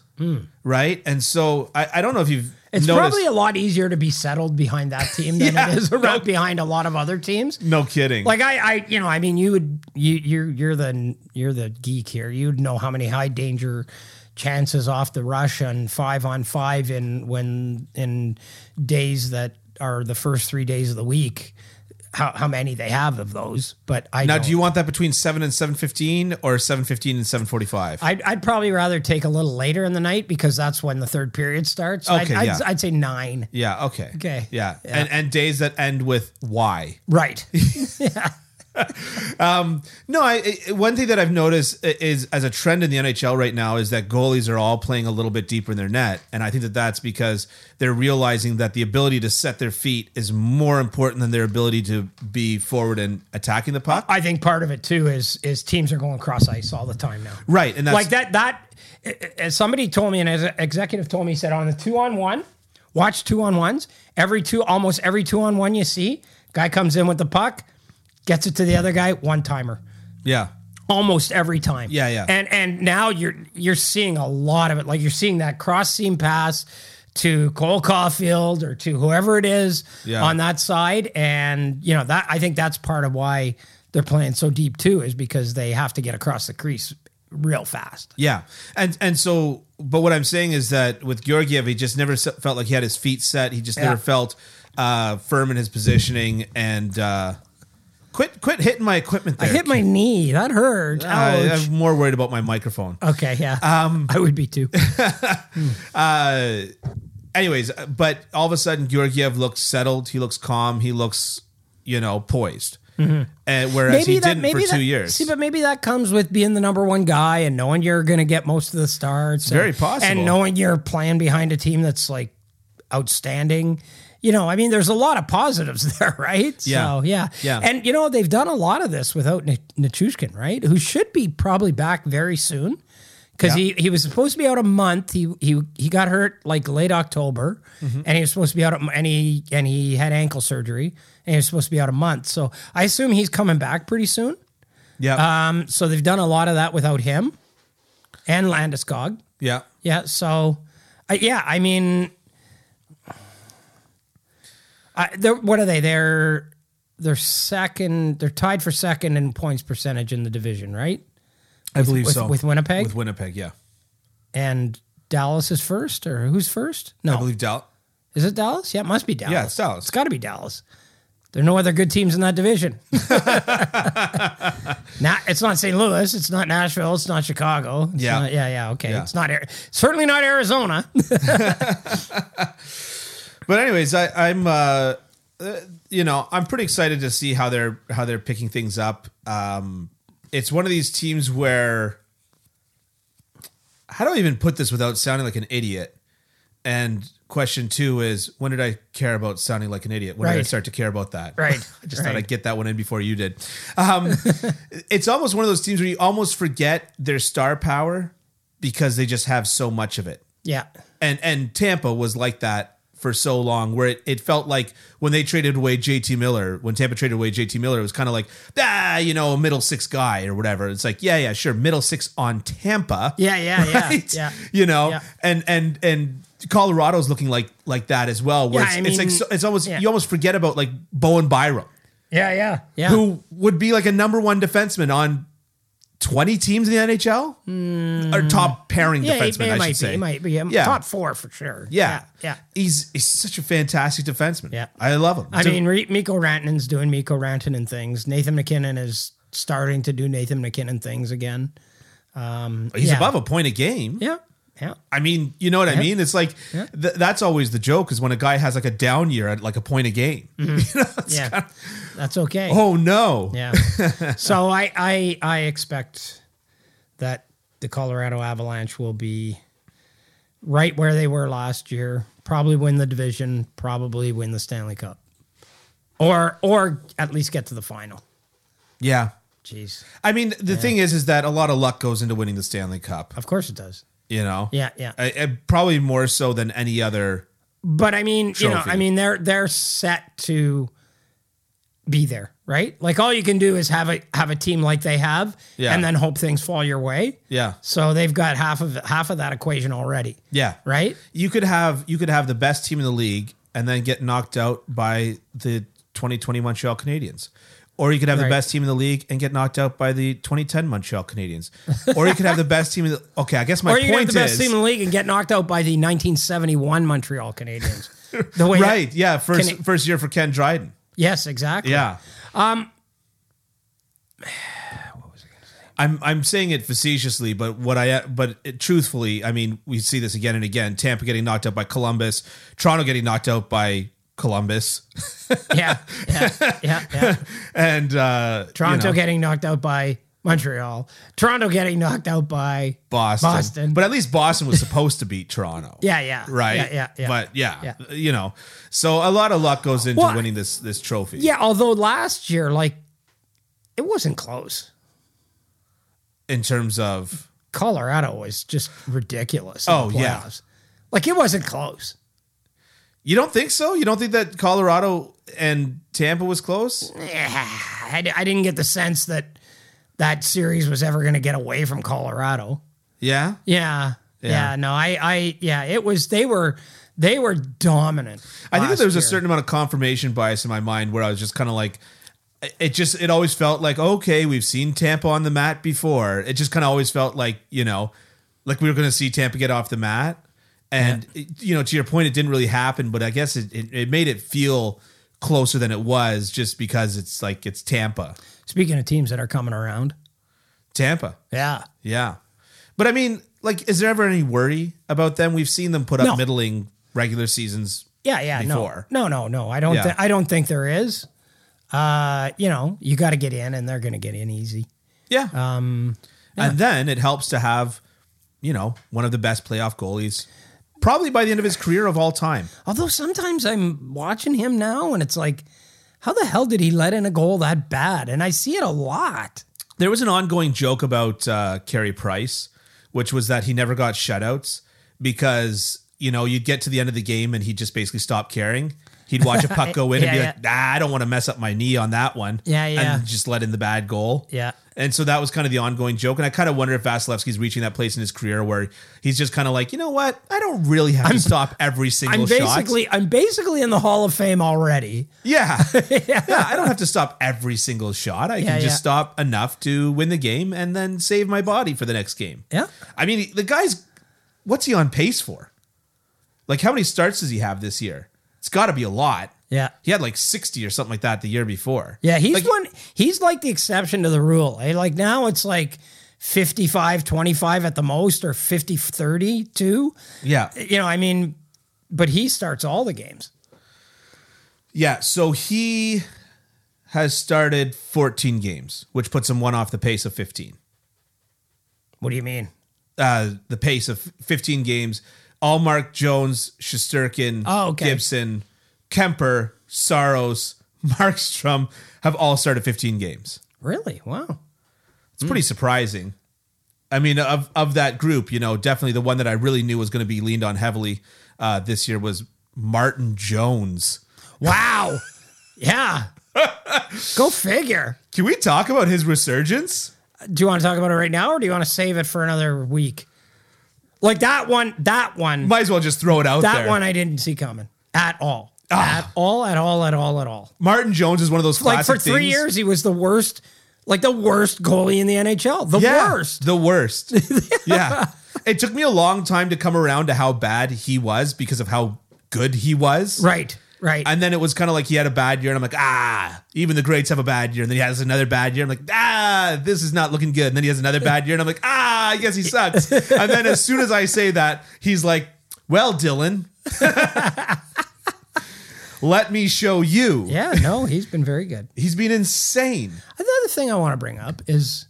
S1: right? And so I, I don't know if you've
S2: Hmm. It's
S1: noticed-
S2: probably a lot easier to be settled behind that team than
S1: Yeah,
S2: it is around
S1: no-
S2: behind a lot of other teams.
S1: No kidding.
S2: Like I, I, you know, I mean, you would, you, you're, you're the, you're the geek here. You'd know how many high danger chances off the rush and five on five in when in days that are the first three days of the week. How, how many they have of those? But I
S1: now,
S2: don't.
S1: do you want that between seven and seven fifteen, or seven fifteen and seven forty-five?
S2: I'd, I'd probably rather take a little later in the night because that's when the third period starts. I'd,
S1: Okay,
S2: I'd,
S1: yeah.
S2: I'd say nine.
S1: Yeah. Okay.
S2: Okay.
S1: Yeah.
S2: Yeah.
S1: And and days that end with Y.
S2: Right.
S1: No, I, I- one thing that I've noticed i- is as a trend in the NHL right now is that goalies are all playing a little bit deeper in their net, and I think that that's because they're realizing that the ability to set their feet is more important than their ability to be forward and attacking the puck.
S2: I think part of it too is is teams are going cross ice all the time now.
S1: Right, and that's
S2: like that that as somebody told me and as an executive told me he said on the two on one watch two on ones every two almost every two on one you see guy comes in with the puck gets it to the other guy one timer
S1: Yeah.
S2: almost every time
S1: Yeah, yeah.
S2: and and now you're you're seeing a lot of it like you're seeing that cross seam pass to Cole Caulfield or to whoever it is
S1: Yeah.
S2: on that side and you know that I think that's part of why they're playing so deep too is because they have to get across the crease real fast
S1: Yeah, and and so, but what I'm saying is that with Georgiev, he just never se- felt like he had his feet set. He just
S2: Yeah.
S1: never felt uh, firm in his positioning. And uh, quit quit hitting my equipment. There.
S2: I hit my knee. That hurt.
S1: I, Um,
S2: Ouch.
S1: I'm more worried about my microphone.
S2: okay, yeah. I would be too.
S1: Anyways, but all of a sudden, Georgiev looks settled. He looks calm. He looks, you know, poised. And whereas he didn't for two
S2: Mm-hmm. that,
S1: years.
S2: See, but maybe that comes with being the number one guy and knowing you're going to get most of the starts. and-
S1: very possible.
S2: And knowing you're playing behind a team that's like outstanding. You know, I mean, there's a lot of positives there, right?
S1: Yeah.
S2: So, yeah.
S1: Yeah.
S2: And, you know, they've done a lot of this without Ni- Nichushkin, right? Who should be probably back very soon because
S1: Yeah.
S2: he, he was supposed to be out a month. He he he got hurt like late October,
S1: Mm-hmm.
S2: and he was supposed to be out. A, and he and he had ankle surgery, and he was supposed to be out a month. So I assume he's coming back pretty soon.
S1: yeah,
S2: Um, so they've done a lot of that without him, and Landeskog.
S1: yeah.
S2: Yeah. So, I yeah, I mean, I, they're, what are they? They're they're second. They're tied for second in points percentage in the division, right?
S1: I believe
S2: with-
S1: so.
S2: with Winnipeg?
S1: With Winnipeg, yeah.
S2: And Dallas is first, or who's first? No,
S1: I believe Dal.
S2: Is it Dallas? Yeah, it must be Dallas.
S1: Yeah, it's Dallas.
S2: It's got to be Dallas. There are no other good teams in that division. now it's not St. Louis. It's not Nashville. It's not Chicago. It's
S1: Yeah.
S2: not- yeah, yeah. Okay,
S1: Yeah.
S2: it's not Ari- certainly not Arizona.
S1: But anyways, I, I'm uh, uh, you know I'm pretty excited to see how they're how they're picking things up. Um, it's one of these teams where how do I even put this without sounding like an idiot? And question two is when did I care about sounding like an idiot? When did I
S2: Right.
S1: start to care about that?
S2: Right,
S1: I just thought
S2: right.
S1: I'd get that one in before you did. Um, it's almost one of those teams where you almost forget their star power because they just have so much of it
S2: yeah,
S1: and and Tampa was like that for so long where it, it felt like when they traded away JT Miller, when Tampa traded away JT Miller, it was kind of like, ah, you know, a middle six guy or whatever. It's like, yeah, yeah, sure, middle six on Tampa.
S2: yeah, yeah, yeah,
S1: Right?
S2: yeah.
S1: You know,
S2: Yeah.
S1: and and and Colorado's looking like like that as well. Where
S2: Yeah,
S1: it's,
S2: I
S1: it's like
S2: mean,
S1: so, it's almost
S2: yeah.
S1: you almost forget about like Bowen Byram,
S2: Yeah, yeah, yeah.
S1: who would be like a number one defenseman on twenty teams in the NHL or top pairing
S2: Hmm. yeah,
S1: defenseman. I should
S2: it, might be,
S1: say
S2: it might be.
S1: Yeah.
S2: Top four for sure.
S1: yeah.
S2: yeah.
S1: He's he's such a fantastic defenseman.
S2: Yeah.
S1: I love him.
S2: I
S1: Dude,
S2: mean, Re- Miko Rantanen's doing Miko Rantanen things. Nathan McKinnon is starting to do Nathan McKinnon things again.
S1: he's
S2: yeah.
S1: above a point a game.
S2: Yeah, yeah.
S1: I mean, you know what I mean? It's like th- that's always the joke is when a guy has like a down year at like a point a game. You know, it's
S2: yeah,
S1: kinda-
S2: that's okay.
S1: oh no.
S2: Mm-hmm. Yeah. so I, I I expect that the Colorado Avalanche will be right where they were last year. Probably win the division. Probably win the Stanley Cup, or or at least get to the final.
S1: Yeah.
S2: Jeez,
S1: I mean, the thing is, is that a lot of luck goes into winning the Stanley Cup.
S2: of course it does.
S1: You know,
S2: Yeah, yeah.
S1: I, I- probably more so than any other.
S2: But I mean, you know,
S1: Trophy.
S2: I mean, they're they're set to be there, right? Like all you can do is have a have a team like they have,
S1: Yeah.
S2: and then hope things fall your way.
S1: Yeah.
S2: So they've got half of half of that equation already.
S1: Yeah.
S2: Right.
S1: You could have you could have the best team in the league and then get knocked out by the 2020 Montreal Canadiens. Or you could have
S2: Right.
S1: the best team in the league and get knocked out by the 2010 Montreal Canadiens. Or you could have the best team in the Okay, I guess my
S2: Or you can have
S1: point
S2: the best
S1: is
S2: team in the league and get knocked out by the 1971 Montreal Canadiens. The way that-
S1: Right. Yeah, first
S2: Can it-
S1: first year for Ken Dryden.
S2: yes, exactly.
S1: Yeah.
S2: Um,
S1: I'm I'm saying it facetiously, but what I but it, truthfully, I mean, we see this again and again. Tampa getting knocked out by Columbus, Toronto getting knocked out by Columbus,
S2: Yeah. Yeah. Yeah. yeah.
S1: and uh, you
S2: Toronto
S1: know,
S2: getting knocked out by Montreal. Toronto getting knocked out by
S1: Boston.
S2: Boston.
S1: But at least Boston was supposed to beat Toronto.
S2: Yeah, yeah.
S1: Right.
S2: Yeah, yeah, yeah.
S1: But yeah,
S2: Yeah.
S1: you know, so a lot of luck goes into
S2: Well,
S1: winning this this trophy.
S2: Yeah, although last year, like, it wasn't close.
S1: In terms of
S2: Colorado was just ridiculous. in the
S1: Oh, yeah.
S2: playoffs. like it wasn't close.
S1: you don't think so? You don't think that Colorado and Tampa was close?
S2: Yeah, I, I didn't get the sense that that series was ever going to get away from Colorado.
S1: Yeah.
S2: Yeah, yeah,
S1: Yeah.
S2: no, I, I, yeah, it was. They were, they were dominant.
S1: I think that
S2: last
S1: there was a
S2: year.
S1: certain amount of confirmation bias in my mind where I was just kind of like, it just it always felt like okay, we've seen Tampa on the mat before. It just kind of always felt like you know, like we were going to see Tampa get off the mat, and it- you know, to your point, it didn't really happen. But I guess it, it it made it feel closer than it was just because it's like it's Tampa,
S2: Speaking of teams that are coming around,
S1: Tampa,
S2: yeah,
S1: yeah. But I mean, like, is there ever any worry about them? We've seen them put up
S2: No.
S1: middling regular seasons.
S2: yeah, yeah,
S1: Before.
S2: no, no, no, no. I don't,
S1: Yeah.
S2: thi- I don't think there is. Uh, you know, you got to get in, and they're going to get in easy.
S1: Yeah. Um, And then it helps to have, you know, one of the best playoff goalies, probably by the end of his career of all time.
S2: Although sometimes I'm watching him now, and it's like, how the hell did he let in a goal that bad? And I see it a lot.
S1: There was an ongoing joke about uh, Carey Price, which was that he never got shutouts because, you know, you'd get to the end of the game and he'd just basically stop caring. He'd watch a puck go in and
S2: Yeah,
S1: be like, nah, I don't want to mess up my knee on that one.
S2: Yeah, yeah.
S1: And just let in the bad goal.
S2: Yeah.
S1: And so that was kind of the ongoing joke. And I kind of wonder if Vasilevsky's reaching that place in his career where he's just kind of like, you know what? I don't really have to stop every single
S2: I'm
S1: shot.
S2: basically I'm basically in the Hall of Fame already.
S1: Yeah. yeah. I don't have to stop every single shot. I
S2: Yeah,
S1: can just
S2: yeah.
S1: stop enough to win the game and then save my body for the next game.
S2: Yeah.
S1: I mean, the guy's, what's he on pace for? Like, how many starts does he have this year? It's got to be a lot.
S2: Yeah.
S1: He had like 60 or something like that the year before.
S2: Yeah, he's
S1: Like,
S2: one he's like the exception to the rule. eh? Like now it's like 55 25 at the most or 50 32.
S1: Yeah.
S2: You know, I mean but he starts all the games.
S1: Yeah. So he has started 14 games, which puts him one off the pace of 15.
S2: What do you mean?
S1: uh, the pace of 15 games. All Mark Jones, Shusterkin,
S2: Oh, okay.
S1: Gibson, Kemper, Saros, Markstrom have all started 15 games.
S2: Really? Wow.
S1: It's
S2: Hmm.
S1: pretty surprising. I mean, of of that group, you know, definitely the one that I really knew was going to be leaned on heavily uh, this year was Martin Jones.
S2: Wow. yeah. Go figure.
S1: Can we talk about his resurgence?
S2: Do you want to talk about it right now or do you want to save it for another week? Like that one that one
S1: Might as well just throw it out
S2: That
S1: there. Ah.
S2: one I didn't see coming at all. At all, at all, at all, at all.
S1: Martin Jones is one of those
S2: Like
S1: classic
S2: for three
S1: things-
S2: years, he was the worst, like the worst goalie in the NHL. The
S1: Yeah,
S2: worst.
S1: The worst. yeah. It took me a long time to come around to how bad he was because of how good he was.
S2: Right, right.
S1: And then it was kind of like he had a bad year, and I'm like, ah, even the greats have a bad year. And then he has another bad year. I'm like, ah, this is not looking good. And then he has another bad year, and I'm like, ah, I guess he sucks. and then as soon as I say that, he's like, well, Dylan, let me show you.
S2: yeah, no, he's been very good.
S1: He's been insane.
S2: Another thing I want to bring up is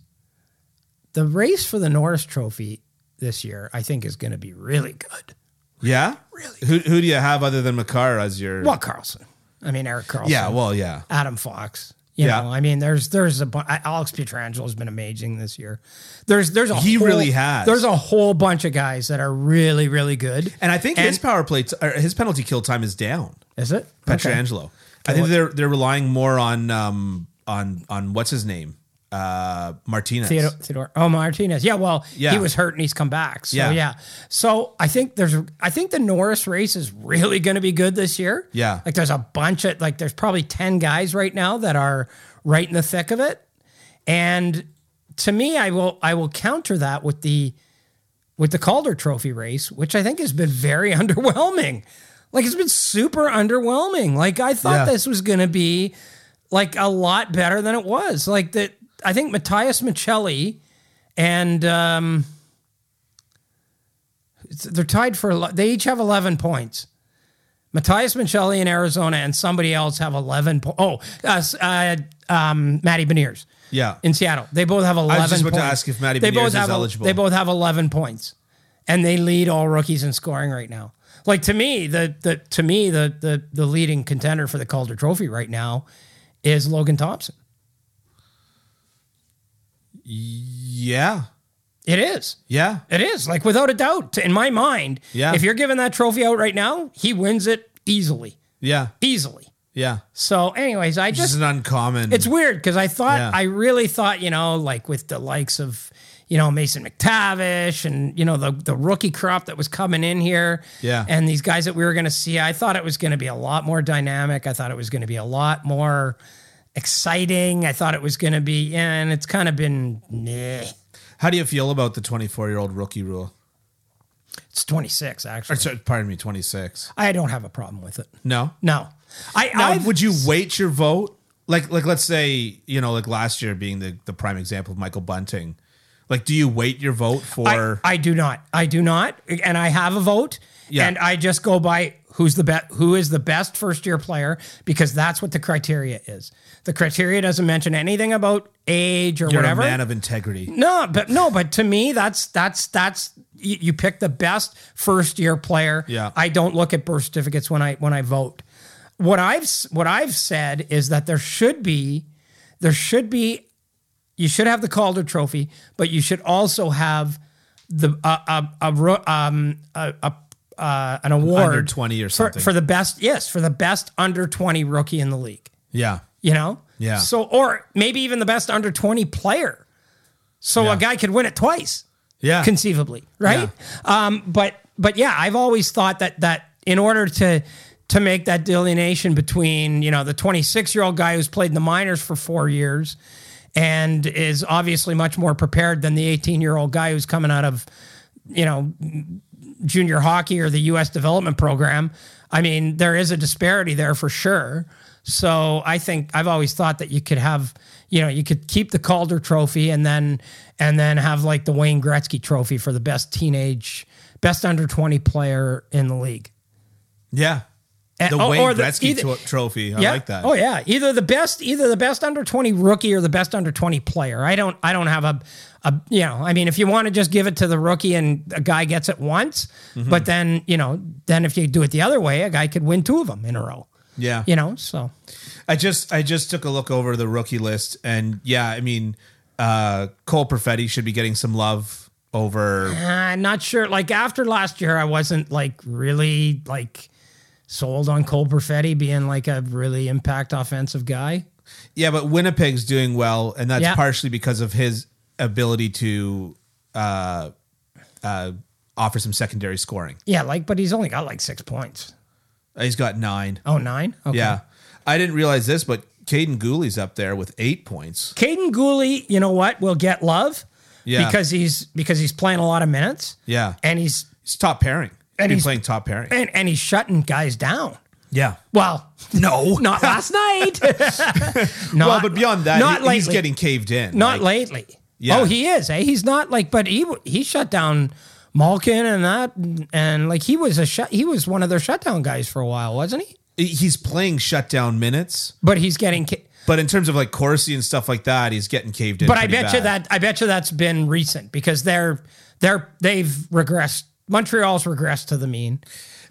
S2: the race for the Norris Trophy this year, I think, is going to be really good.
S1: Yeah? Really? Who, who do you have other than Makar as your.
S2: Well, Carlson. I mean, Eric Carlson.
S1: yeah, well, yeah.
S2: Adam Fox. You
S1: Yeah.
S2: know, I mean, there's there's a bu- Alex Pietrangelo has been amazing this year. There's there's a
S1: He
S2: whole-
S1: really has.
S2: There's a whole bunch of guys that are really really good.
S1: And I think
S2: And-
S1: his power play, t- or his penalty kill time is down.
S2: Is it Okay.
S1: Petrangelo. I think they're they're relying more on um on on what's his name uh Martinez.
S2: Theodore, Theodore. Oh, Martinez. Yeah, well,
S1: Yeah.
S2: he was hurt and he's come back. So
S1: Yeah.
S2: yeah. So I think there's I think the Norris race is really going to be good this year.
S1: Yeah.
S2: Like there's a bunch of like there's probably 10 guys right now that are right in the thick of it. And to me, I will I will counter that with the with the Calder Trophy race, which I think has been very underwhelming. Like it's been super underwhelming. Like I
S1: Yeah.
S2: thought this was going to be like a lot better than it was. Like that, I think Matthias Michelli and um, they're tied for. ele- They each have eleven points. Matthias Michelli in Arizona and somebody else have eleven. Po- oh, uh, s- uh, um, Matty Beniers
S1: Yeah.
S2: in Seattle. They both have 11
S1: just about to
S2: points.
S1: ask if Matty
S2: they
S1: Beniers
S2: both
S1: is
S2: have,
S1: eligible.
S2: They both have 11 points and they lead all rookies in scoring right now. Like to me, the, the to me the, the the leading contender for the Calder Trophy right now is Logan Thompson.
S1: yeah.
S2: It is.
S1: Yeah.
S2: It is. Like without a doubt in my mind,
S1: Yeah.
S2: if you're giving that trophy out right now, he wins it easily.
S1: Yeah.
S2: Easily.
S1: Yeah.
S2: So anyways, I
S1: This
S2: just
S1: is an uncommon.
S2: It's weird because I thought
S1: Yeah.
S2: I really thought you know like with the likes of you know Mason McTavish and you know the the rookie crop that was coming in here,
S1: Yeah.
S2: and these guys that we were going to see. I thought it was going to be a lot more dynamic. I thought it was going to be a lot more exciting. I thought it was going to be, and it's kind of been nah.
S1: How do you feel about the 24 year old rookie rule?
S2: It's twenty six actually.
S1: Or, sorry, pardon me, 26.
S2: I don't have a problem with it.
S1: No.
S2: No, I
S1: Now,
S2: I've-
S1: would you wait your vote? Like, like let's say, you know, like last year being the, the prime example of Michael Bunting. Like, do you wait your vote for.
S2: I, I do not. I do not, and I have a vote.
S1: Yeah.
S2: And I just go by who's the best, who is the best first year player because that's what the criteria is. The criteria doesn't mention anything about age or
S1: you're
S2: whatever.
S1: a man of integrity.
S2: No, but no, but to me, that's that's that's you, you pick the best first year player.
S1: Yeah.
S2: I don't look at birth certificates when I when I vote. What I've s- what I've said is that there should be there should be you should have the Calder Trophy, but you should also have the uh, uh, a ro- um a, a uh, an award
S1: Under 20 or
S2: for-
S1: something.
S2: for the best yes for the best under 20 rookie in the league
S1: Yeah.
S2: you know?
S1: Yeah.
S2: So, or maybe even the best under 20 player. So
S1: Yeah.
S2: a guy could win it twice,
S1: Yeah.
S2: conceivably, right? Um, but, but yeah, I've always thought that, that in order to, to make that delineation between, you know, the 26 year old guy who's played in the minors for four years and is obviously much more prepared than the 18 year old guy who's coming out of, you know, junior hockey or the U.S. development program. I mean, there is a disparity there for sure. So I think I've always thought that you could have, you know, you could keep the Calder Trophy and then and then have like the Wayne Gretzky Trophy for the best teenage, best under twenty player in the league.
S1: yeah.
S2: And-
S1: The
S2: or-
S1: Wayne
S2: or the-
S1: Gretzky
S2: either-
S1: tro- trophy. I
S2: yeah.
S1: like that.
S2: Oh yeah, either the best, either the best under twenty rookie or the best under twenty player. I don't, I don't have a, a you know, I mean, if you want to just give it to the rookie and a guy gets it once,
S1: Mm-hmm.
S2: but then you know, then if you do it the other way, a guy could win two of them in a row.
S1: yeah.
S2: You know, so
S1: I just I just took a look over the rookie list, and yeah, I mean, uh, Cole Perfetti should be getting some love over.
S2: I'm not sure. Like after last year, I wasn't like really like sold on Cole Perfetti being like a really impact offensive guy.
S1: Yeah, but Winnipeg's doing well, and that's
S2: Yeah.
S1: partially because of his ability to uh, uh, offer some secondary scoring.
S2: Yeah, like, but he's only got like six points.
S1: Uh, He's got nine.
S2: Oh, nine. Okay.
S1: Yeah, I didn't realize this, but Caden Gooley's up there with eight points.
S2: Caden Gooley, you know what, will get love.
S1: Yeah.
S2: Because he's because he's playing a lot of minutes.
S1: Yeah,
S2: And he's
S1: he's top pairing. And
S2: And
S1: he's
S2: he's-
S1: playing top pairing.
S2: and, and he's shutting guys down.
S1: Yeah.
S2: Well,
S1: No.
S2: not last night. not,
S1: well, but beyond that,
S2: not
S1: he- he's
S2: lately.
S1: getting caved in.
S2: not
S1: like,
S2: lately.
S1: Yeah.
S2: Oh, he is. Eh? He's not like, but he he shut down Malkin and that, and like he was a shut. He was one of their shutdown guys for a while, wasn't he?
S1: he's playing shutdown minutes.
S2: But he's getting. Ki-
S1: But in terms of like Corsi and stuff like that, he's getting caved in.
S2: But I
S1: pretty
S2: bet you
S1: bad.
S2: that I bet you that's been recent because they're they're they've regressed. Montreal's regressed to the mean.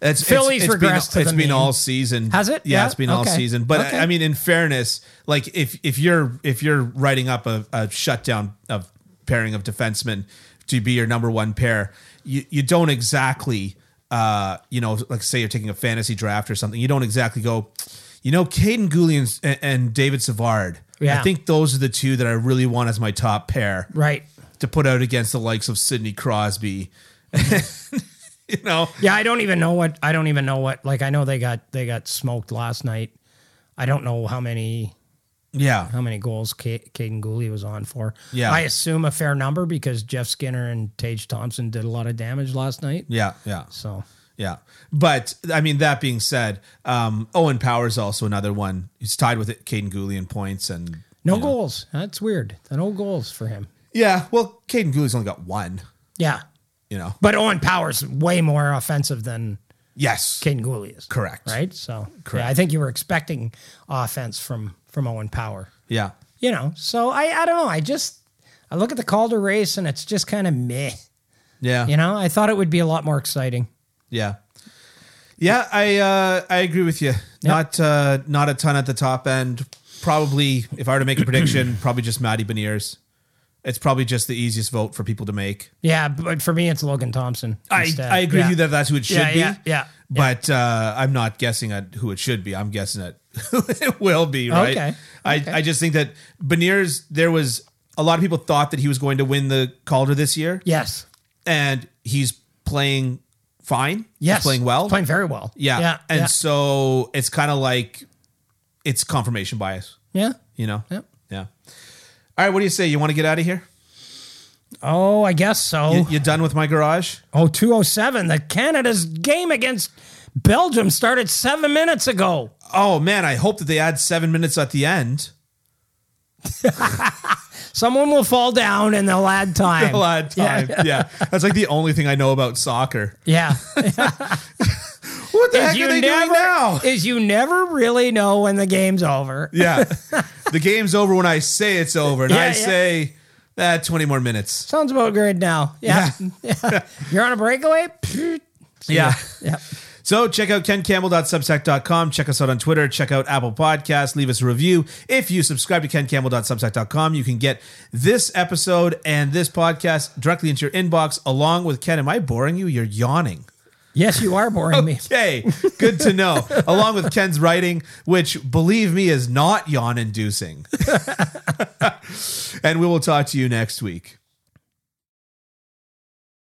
S1: it's,
S2: Philly's
S1: it's, it's been,
S2: regressed to
S1: it's
S2: the
S1: been
S2: mean.
S1: all season.
S2: Has it?
S1: Yeah,
S2: Yeah?
S1: it's been all
S2: Okay.
S1: season. But
S2: Okay.
S1: I, I mean, in fairness, like if if you're if you're writing up a, a shutdown of pairing of defensemen to be your number one pair, you you don't exactly uh you know like say you're taking a fantasy draft or something. You don't exactly go. you know, Caden Gooley and, and, David Savard.
S2: Yeah.
S1: I think those are the two that I really want as my top pair
S2: Right.
S1: to put out against the likes of Sidney Crosby. you know,
S2: Yeah, I don't even know what I don't even know what like I know they got they got smoked last night. I don't know how many
S1: yeah.
S2: how many goals Ca- Caden Gooley was on for.
S1: Yeah.
S2: I assume a fair number because Jeff Skinner and Tage Thompson did a lot of damage last night.
S1: Yeah, yeah,
S2: So
S1: yeah. But I mean, that being said, um, Owen Power is also another one. He's tied with it, Caden Gooley in points, and
S2: no goals. That's weird. No goals for him.
S1: yeah, well, Caden Gooley's only got one.
S2: Yeah.
S1: You know,
S2: But Owen Power's way more offensive than
S1: yes,
S2: Caden Gooley is.
S1: Correct.
S2: Right? So
S1: Correct.
S2: Yeah, I think you were expecting offense from from Owen Power.
S1: yeah,
S2: You know, so I I don't know. I just I look at the Calder race and it's just kind of meh.
S1: yeah,
S2: You know, I thought it would be a lot more exciting.
S1: yeah, yeah. I uh, I agree with you. Not uh, not a ton at the top end. Probably, if I were to make a prediction, probably just Matty Beniers. It's probably just the easiest vote for people to make.
S2: Yeah, but for me, it's Logan Thompson.
S1: I,
S2: instead.
S1: I agree
S2: Yeah.
S1: with you that that's who it should
S2: Yeah,
S1: be.
S2: yeah, yeah.
S1: But uh, I'm not guessing at who it should be. I'm guessing at who it will be, right?
S2: Okay,
S1: I,
S2: okay.
S1: I just think that Beniers, there was a lot of people thought that he was going to win the Calder this year,
S2: Yes.
S1: and he's playing fine.
S2: Yes.
S1: He's playing well.
S2: Playing very well.
S1: yeah.
S2: Yeah.
S1: And
S2: yeah.
S1: so it's kind of like it's confirmation bias,
S2: yeah.
S1: you know?
S2: Yep.
S1: Yeah. All right, what do you say? You want to get out of here?
S2: Oh, I guess so.
S1: You, you done with my garage?
S2: Oh, 207. The Canada's game against Belgium started seven minutes ago.
S1: Oh, man, I hope that they add seven minutes at the end.
S2: Someone will fall down and they'll add time.
S1: a lot of time. Yeah. That's like the only thing I know about soccer.
S2: Yeah.
S1: What the
S2: is
S1: heck
S2: you
S1: are they
S2: never
S1: doing now?
S2: is you never really know when the game's over.
S1: yeah. The game's over when I say it's over, and
S2: Yeah,
S1: I
S2: yeah.
S1: say ah, 20 more minutes.
S2: Sounds about good now. Yeah. Yeah. You're on a breakaway? Pfft.
S1: Yeah.
S2: Yeah.
S1: So check out kencampbell.substack.com. Check us out on Twitter. Check out Apple Podcasts. Leave us a review. If you subscribe to kencampbell.substack.com, you can get this episode and this podcast directly into your inbox along with Ken. Am I boring you? You're yawning.
S2: Yes, you are
S1: Oh,
S2: boring me.
S1: Okay, good to know. Along with Ken's writing, which believe me is not yawn inducing. and we will talk to you next week.